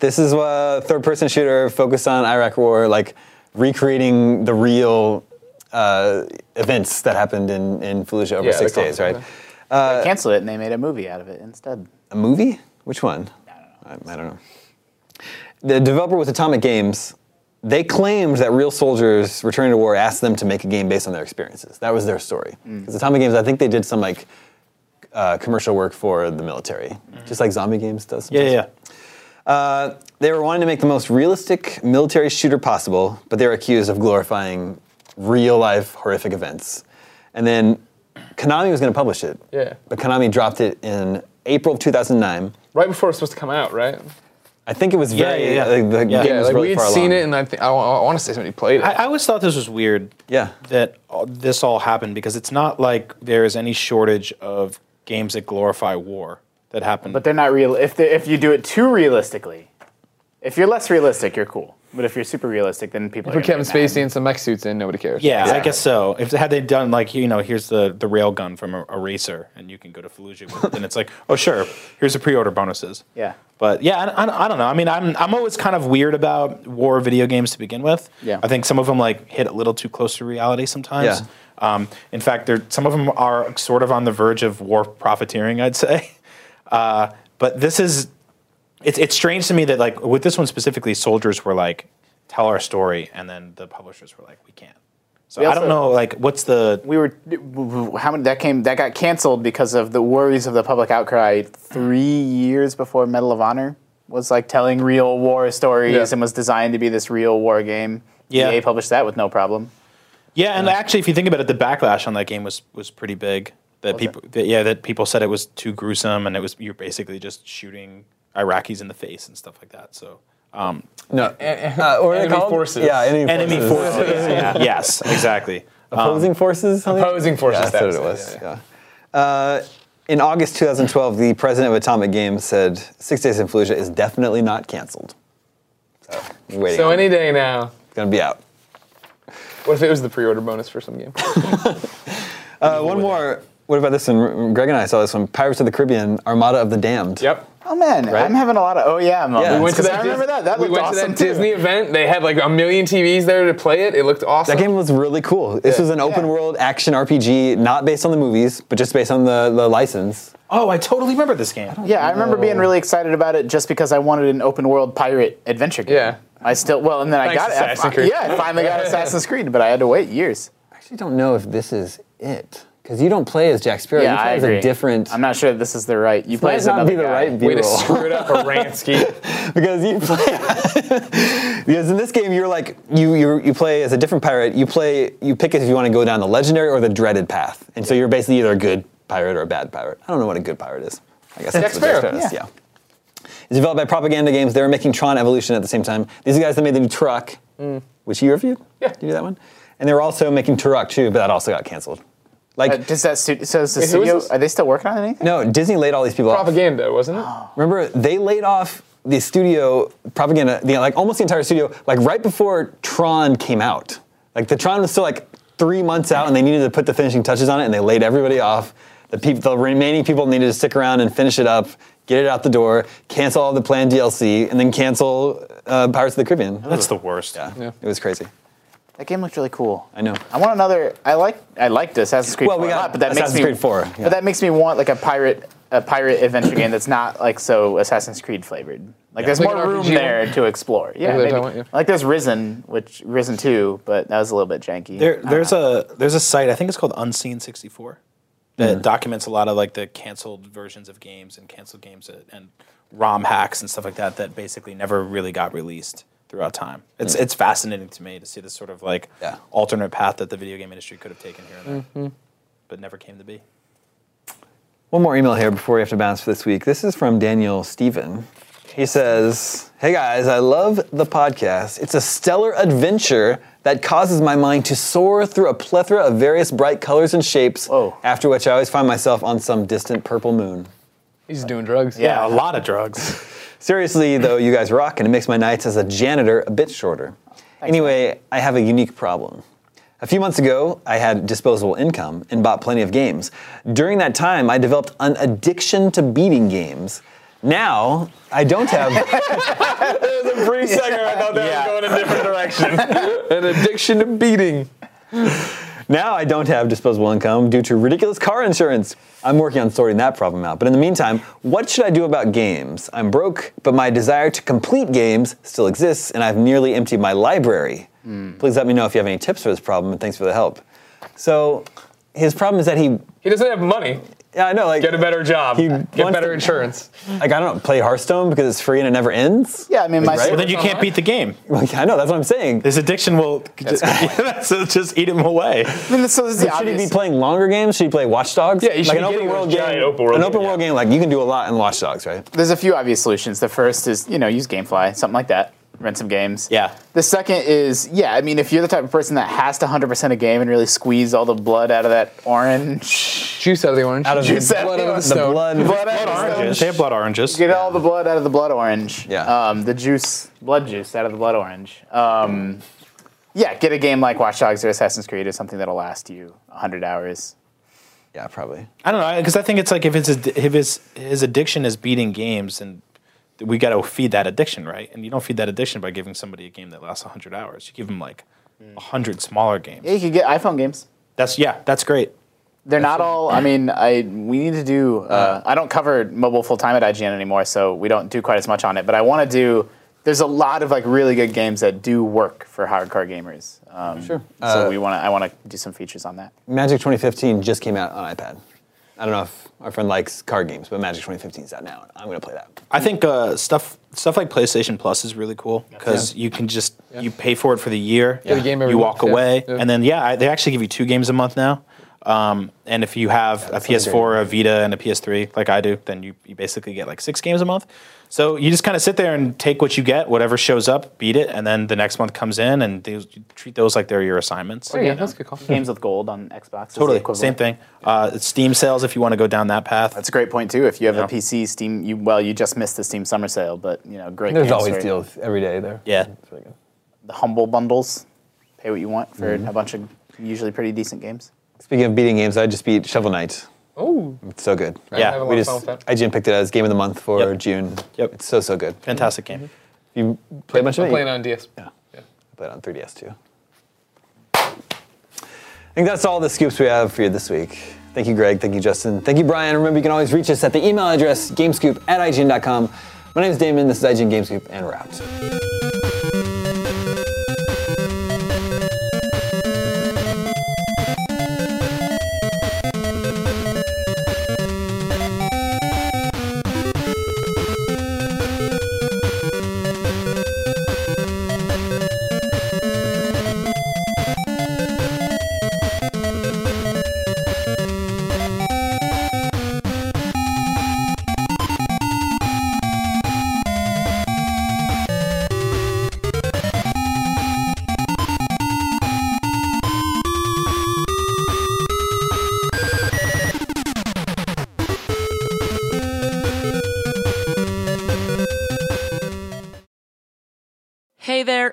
Speaker 7: This is a third-person shooter focused on Iraq War, like recreating the real uh, events that happened in, in Fallujah over
Speaker 9: Yeah,
Speaker 7: six
Speaker 9: the
Speaker 7: days, right?
Speaker 9: conflict,
Speaker 6: they canceled it and they made a movie out of it instead.
Speaker 7: A movie? Which one? I don't know. I, don't know. The developer with Atomic Games, they claimed that real soldiers returning to war asked them to make a game based on their experiences. That was their story.
Speaker 5: Mm.
Speaker 7: Because Atomic Games, I think they did some like uh, commercial work for the military, just like Zombie Games does.
Speaker 5: Mm. Yeah,
Speaker 7: sometimes.
Speaker 5: yeah, yeah.
Speaker 7: Uh, they were wanting to make the most realistic military shooter possible, but they were accused of glorifying real life horrific events. And then Konami was going to publish it.
Speaker 9: Yeah.
Speaker 7: But Konami dropped it in April of 2009.
Speaker 9: Right before it's supposed to come out, right?
Speaker 7: I think it was
Speaker 5: Yeah,
Speaker 7: very.
Speaker 5: yeah, yeah.
Speaker 7: like, the
Speaker 5: Yeah,
Speaker 7: game
Speaker 9: Yeah,
Speaker 7: was
Speaker 9: like
Speaker 7: really
Speaker 9: we'd
Speaker 7: far
Speaker 9: seen
Speaker 7: along.
Speaker 9: it, and I, think I, want to say somebody played it.
Speaker 5: I, I always thought this was weird.
Speaker 7: Yeah.
Speaker 5: That all- this all happened because it's not like there is any shortage of games that glorify war that happened.
Speaker 6: But they're not real. If they, if you do it too realistically, if you're less realistic, you're cool. But if you're super realistic, then people are
Speaker 9: Put
Speaker 6: gonna
Speaker 9: Kevin
Speaker 6: get mad.
Speaker 9: Spacey in some mech suits in, nobody cares.
Speaker 5: Yeah, I guess so. If had they done like you know, here's the the rail gun from a, a racer, and you can go to Fallujah, with it, then it's like, oh sure, here's the pre-order bonuses.
Speaker 6: Yeah.
Speaker 5: But yeah, I, I, I don't know. I mean, I'm I'm always kind of weird about war video games to begin with.
Speaker 6: Yeah.
Speaker 5: I think some of them like hit a little too close to reality sometimes.
Speaker 7: Yeah.
Speaker 5: Um, in fact, there some of them are sort of on the verge of war profiteering, I'd say. Uh, but this is it's it's strange to me that like with this one specifically, soldiers were like, tell our story, and then the publishers were like, we can't. So
Speaker 6: We
Speaker 5: I don't
Speaker 6: also-
Speaker 5: know, like, what's the
Speaker 6: We were how many that came that got canceled because of the worries of the public outcry three years before Medal of Honor was like telling real war stories
Speaker 9: Yeah.
Speaker 6: and was designed to be this real war game.
Speaker 5: Yeah.
Speaker 6: EA published that with no problem.
Speaker 5: Yeah, and actually, if you think about it, the backlash on that game was was pretty big. That people, that, yeah, that people said it was too gruesome, and it was you're basically just shooting Iraqis in the face and stuff like that. So, um,
Speaker 7: No. Uh, what are they
Speaker 9: Enemy
Speaker 7: called?
Speaker 9: forces.
Speaker 7: Yeah, enemy,
Speaker 5: enemy
Speaker 7: forces.
Speaker 5: forces. yeah. Yes, exactly.
Speaker 7: Opposing forces? something?
Speaker 9: Opposing forces,
Speaker 7: Yeah, that's what
Speaker 9: that
Speaker 7: it
Speaker 9: was
Speaker 7: was.
Speaker 9: it,
Speaker 7: Yeah. Uh, in August 2012, the president of Atomic Games said Six Days in Fallujah is definitely not canceled. So, waiting.
Speaker 9: So
Speaker 7: on it.
Speaker 9: any day now.
Speaker 7: it's going to be out.
Speaker 9: What if it was the pre-order bonus for some game?
Speaker 7: Uh, one more. What about this one? Greg and I saw this one Pirates of the Caribbean Armada of the Damned.
Speaker 9: yep.
Speaker 6: Oh man,
Speaker 7: Right?
Speaker 6: I'm having a lot of oh yeah moments.
Speaker 7: We
Speaker 9: went to
Speaker 6: 'cause
Speaker 9: that
Speaker 6: I remember
Speaker 9: Dis-
Speaker 6: that. That
Speaker 9: we
Speaker 6: looked
Speaker 9: went to
Speaker 6: awesome
Speaker 9: that
Speaker 6: too.
Speaker 9: Disney event. They had like a million TVs there to play it. It looked awesome.
Speaker 7: That game was really cool. This was an open world action RPG, not based on the movies, but just based on the, the license.
Speaker 5: Oh, I totally remember this game.
Speaker 6: Yeah, I remember being really excited about it just because I wanted an open world pirate adventure game.
Speaker 9: Yeah.
Speaker 6: I still well, and then I
Speaker 9: Thanks,
Speaker 6: got it. I-
Speaker 9: Assassin's Creed.
Speaker 6: Yeah, I finally got Assassin's Creed, but I had to wait years.
Speaker 7: I actually don't know if this is it. Because you don't play as Jack Sparrow.
Speaker 6: Yeah,
Speaker 7: you play
Speaker 6: I
Speaker 7: as
Speaker 6: agree.
Speaker 7: a different.
Speaker 6: I'm not sure this is the right. You play
Speaker 7: might
Speaker 6: as
Speaker 7: not
Speaker 6: another
Speaker 7: be the
Speaker 6: guy.
Speaker 7: right
Speaker 9: Way to
Speaker 7: B-roll.
Speaker 9: screw it up, Aransky.
Speaker 7: because you play because in this game you're like you you you play as a different pirate. You play you pick if you want to go down the legendary or the dreaded path, and so you're basically either a good pirate or a bad pirate. I don't know what a good pirate is. I guess that's what
Speaker 9: Sparrow,
Speaker 7: is, Yeah. It's developed by Propaganda Games. They were making Tron Evolution at the same time. These are guys that made the new Turok,
Speaker 6: Mm.
Speaker 7: which you reviewed.
Speaker 9: Yeah.
Speaker 7: you do that one. And they were also making Turok too, but that also got canceled. Like
Speaker 6: Uh, does that stu- so is the
Speaker 9: Wait, who is
Speaker 6: studio?
Speaker 9: this?
Speaker 6: Are they still working on anything?
Speaker 7: no, Disney laid all these people off.
Speaker 9: Propaganda, wasn't it?
Speaker 7: Remember, they laid off the studio propaganda, the, like almost the entire studio, like right before Tron came out. Like the Tron was still like three months out, and they needed to put the finishing touches on it, and they laid everybody off. The people, the remaining people needed to stick around and finish it up, get it out the door, cancel all the planned DLC, and then cancel uh, Pirates of the Caribbean.
Speaker 5: That's the worst. Yeah.
Speaker 7: It was crazy.
Speaker 6: That game looked really cool.
Speaker 7: I know.
Speaker 6: I want another. I like. I liked Assassin's Creed
Speaker 7: Well,
Speaker 6: 4
Speaker 7: we
Speaker 6: a
Speaker 7: got
Speaker 6: lot, but that
Speaker 7: Assassin's
Speaker 6: makes me.
Speaker 7: Creed 4, yeah.
Speaker 6: But that makes me want like a pirate, a pirate adventure game that's not like so Assassin's Creed flavored. Like there's
Speaker 9: Like
Speaker 6: more
Speaker 9: an
Speaker 6: room
Speaker 9: RPG one?
Speaker 6: there to explore. Yeah,
Speaker 9: that
Speaker 6: maybe.
Speaker 9: what you want, yeah.
Speaker 6: like there's Risen, which Risen Two, but that was a little bit janky. Uh,
Speaker 5: There, there's a there's a site I think it's called Unseen sixty four that documents a lot of like the canceled versions of games and canceled games that- and ROM hacks and stuff like that that basically never really got released throughout time. It's it's fascinating to me to see this sort of like
Speaker 7: Yeah.
Speaker 5: alternate path that the video game industry could have taken here and there, but never came to be.
Speaker 7: One more email here before we have to bounce for this week. This is from Daniel Steven. He says, Hey guys, I love the podcast. It's a stellar adventure that causes my mind to soar through a plethora of various bright colors and shapes,
Speaker 6: Whoa.
Speaker 7: after which I always find myself on some distant purple moon.
Speaker 9: He's doing drugs.
Speaker 5: Yeah, a lot of drugs.
Speaker 7: Seriously, though, you guys rock, and it makes my nights as a janitor a bit shorter. anyway, I have a unique problem. A few months ago, I had disposable income and bought plenty of games. During that time, I developed an addiction to beating games. Now, I don't have.
Speaker 9: Brief second, I thought that was going a different direction. An addiction to beating.
Speaker 7: Now I don't have disposable income due to ridiculous car insurance. I'm working on sorting that problem out. But in the meantime, what should I do about games? I'm broke, but my desire to complete games still exists, and I've nearly emptied my library.
Speaker 9: Hmm.
Speaker 7: Please let me know if you have any tips for this problem, and thanks for the help. So his problem is that he,
Speaker 9: He doesn't have money.
Speaker 7: yeah, I know, like
Speaker 9: Get a better job.
Speaker 7: He
Speaker 9: Get
Speaker 7: wants
Speaker 9: better
Speaker 7: to-
Speaker 9: insurance.
Speaker 7: Like I don't play Hearthstone because it's free and it never ends.
Speaker 6: yeah, I mean, my
Speaker 5: well, then you can't beat the game.
Speaker 7: Like, I know that's what I'm saying.
Speaker 5: This addiction will so just eat him away.
Speaker 6: I mean, so this is the
Speaker 7: Should he be
Speaker 6: obvious.
Speaker 7: playing longer games? Should he play Watch Dogs?
Speaker 9: Yeah, you should
Speaker 7: like
Speaker 9: be
Speaker 7: an open
Speaker 9: getting
Speaker 7: world
Speaker 9: those
Speaker 7: game.
Speaker 9: giant open world
Speaker 7: an
Speaker 9: game,
Speaker 7: open world
Speaker 9: yeah.
Speaker 7: game, like you can do a lot in Watch Dogs, right?
Speaker 6: There's a few obvious solutions. The first is you know use GameFly, something like that. Rent some games.
Speaker 5: Yeah.
Speaker 6: The second is, yeah, I mean, if you're the type of person that has to 100% a game and really squeeze all the blood out of that orange,
Speaker 9: Juice out of the orange.
Speaker 7: Out of
Speaker 6: Juice
Speaker 7: the
Speaker 6: out
Speaker 7: blood
Speaker 6: of
Speaker 7: of the
Speaker 6: the
Speaker 7: stone. blood.
Speaker 6: blood out of the
Speaker 5: Oranges. They have blood oranges.
Speaker 6: Get all the blood out of the blood orange.
Speaker 7: Yeah.
Speaker 6: Um, the juice, blood juice out of the blood orange. Um, yeah, get a game like Watch Dogs or Assassin's Creed or something that'll last you 100 hours.
Speaker 7: Yeah, probably.
Speaker 5: I don't know because I think it's like if it's if his his addiction is beating games and we got to feed that addiction right and you don't feed that addiction by giving somebody a game that lasts 100 hours you give them like 100 smaller games
Speaker 6: Yeah, you could get iPhone games.
Speaker 5: that's yeah that's great
Speaker 6: They're not all. I mean, I we need to do. Uh, I don't cover mobile full time at IGN anymore, so we don't do quite as much on it. But I want to do. There's a lot of like really good games that do work for hardcore gamers. Um, sure. So we want to. I want to do some features on that.
Speaker 7: Magic 2015 just came out on iPad. I don't know if our friend likes card games, but Magic 2015 is out now. and I'm going to play that.
Speaker 5: I think uh, stuff stuff like PlayStation Plus is really cool because you can just you pay for it for the year.
Speaker 7: a
Speaker 5: You
Speaker 7: game
Speaker 9: every
Speaker 5: walk
Speaker 9: month, yeah.
Speaker 5: away,
Speaker 9: Yeah.
Speaker 5: and then yeah, I, they actually give you two games a month now. Um, and if you have a PS4, a Vita, and a PS3, like I do, then you, you basically get like six games a month. So you just kind of sit there and take what you get, whatever shows up, beat it, and then the next month comes in, and they, you treat those like they're your assignments.
Speaker 9: Oh, yeah, that's a good call.
Speaker 6: Games with gold on Xbox. is the
Speaker 5: Totally,
Speaker 6: equivalent.
Speaker 5: same thing. Uh, it's Steam sales if you want to go down that path.
Speaker 6: That's a great point too. If you have
Speaker 5: Yeah.
Speaker 6: a PC, Steam, you well, you just missed the Steam summer sale, but you know, great.
Speaker 7: There's
Speaker 6: games
Speaker 7: always
Speaker 6: for it.
Speaker 7: deals every day there.
Speaker 5: Yeah.
Speaker 6: The humble bundles, pay what you want for
Speaker 7: Mm-hmm.
Speaker 6: a bunch of usually pretty decent games.
Speaker 7: Speaking of beating games, I just beat Shovel Knight.
Speaker 9: Oh,
Speaker 7: It's so good.
Speaker 5: Yeah,
Speaker 9: I have a lot
Speaker 7: We
Speaker 9: of
Speaker 7: just
Speaker 9: fun with that.
Speaker 7: IGN picked it as game of the month for
Speaker 5: Yep.
Speaker 7: June.
Speaker 5: Yep.
Speaker 7: It's so so good.
Speaker 5: fantastic game.
Speaker 7: You play a bunch of
Speaker 9: I'm
Speaker 7: it.
Speaker 9: playing on DS.
Speaker 7: I played on 3DS too. I think that's all the scoops we have for you this week. Thank you, Greg. Thank you, Justin. Thank you, Brian. Remember, you can always reach us at the email address gamescoop at IGN.com. My name is Damon. This is IGN Gamescoop, and we're out.
Speaker 10: Hey there,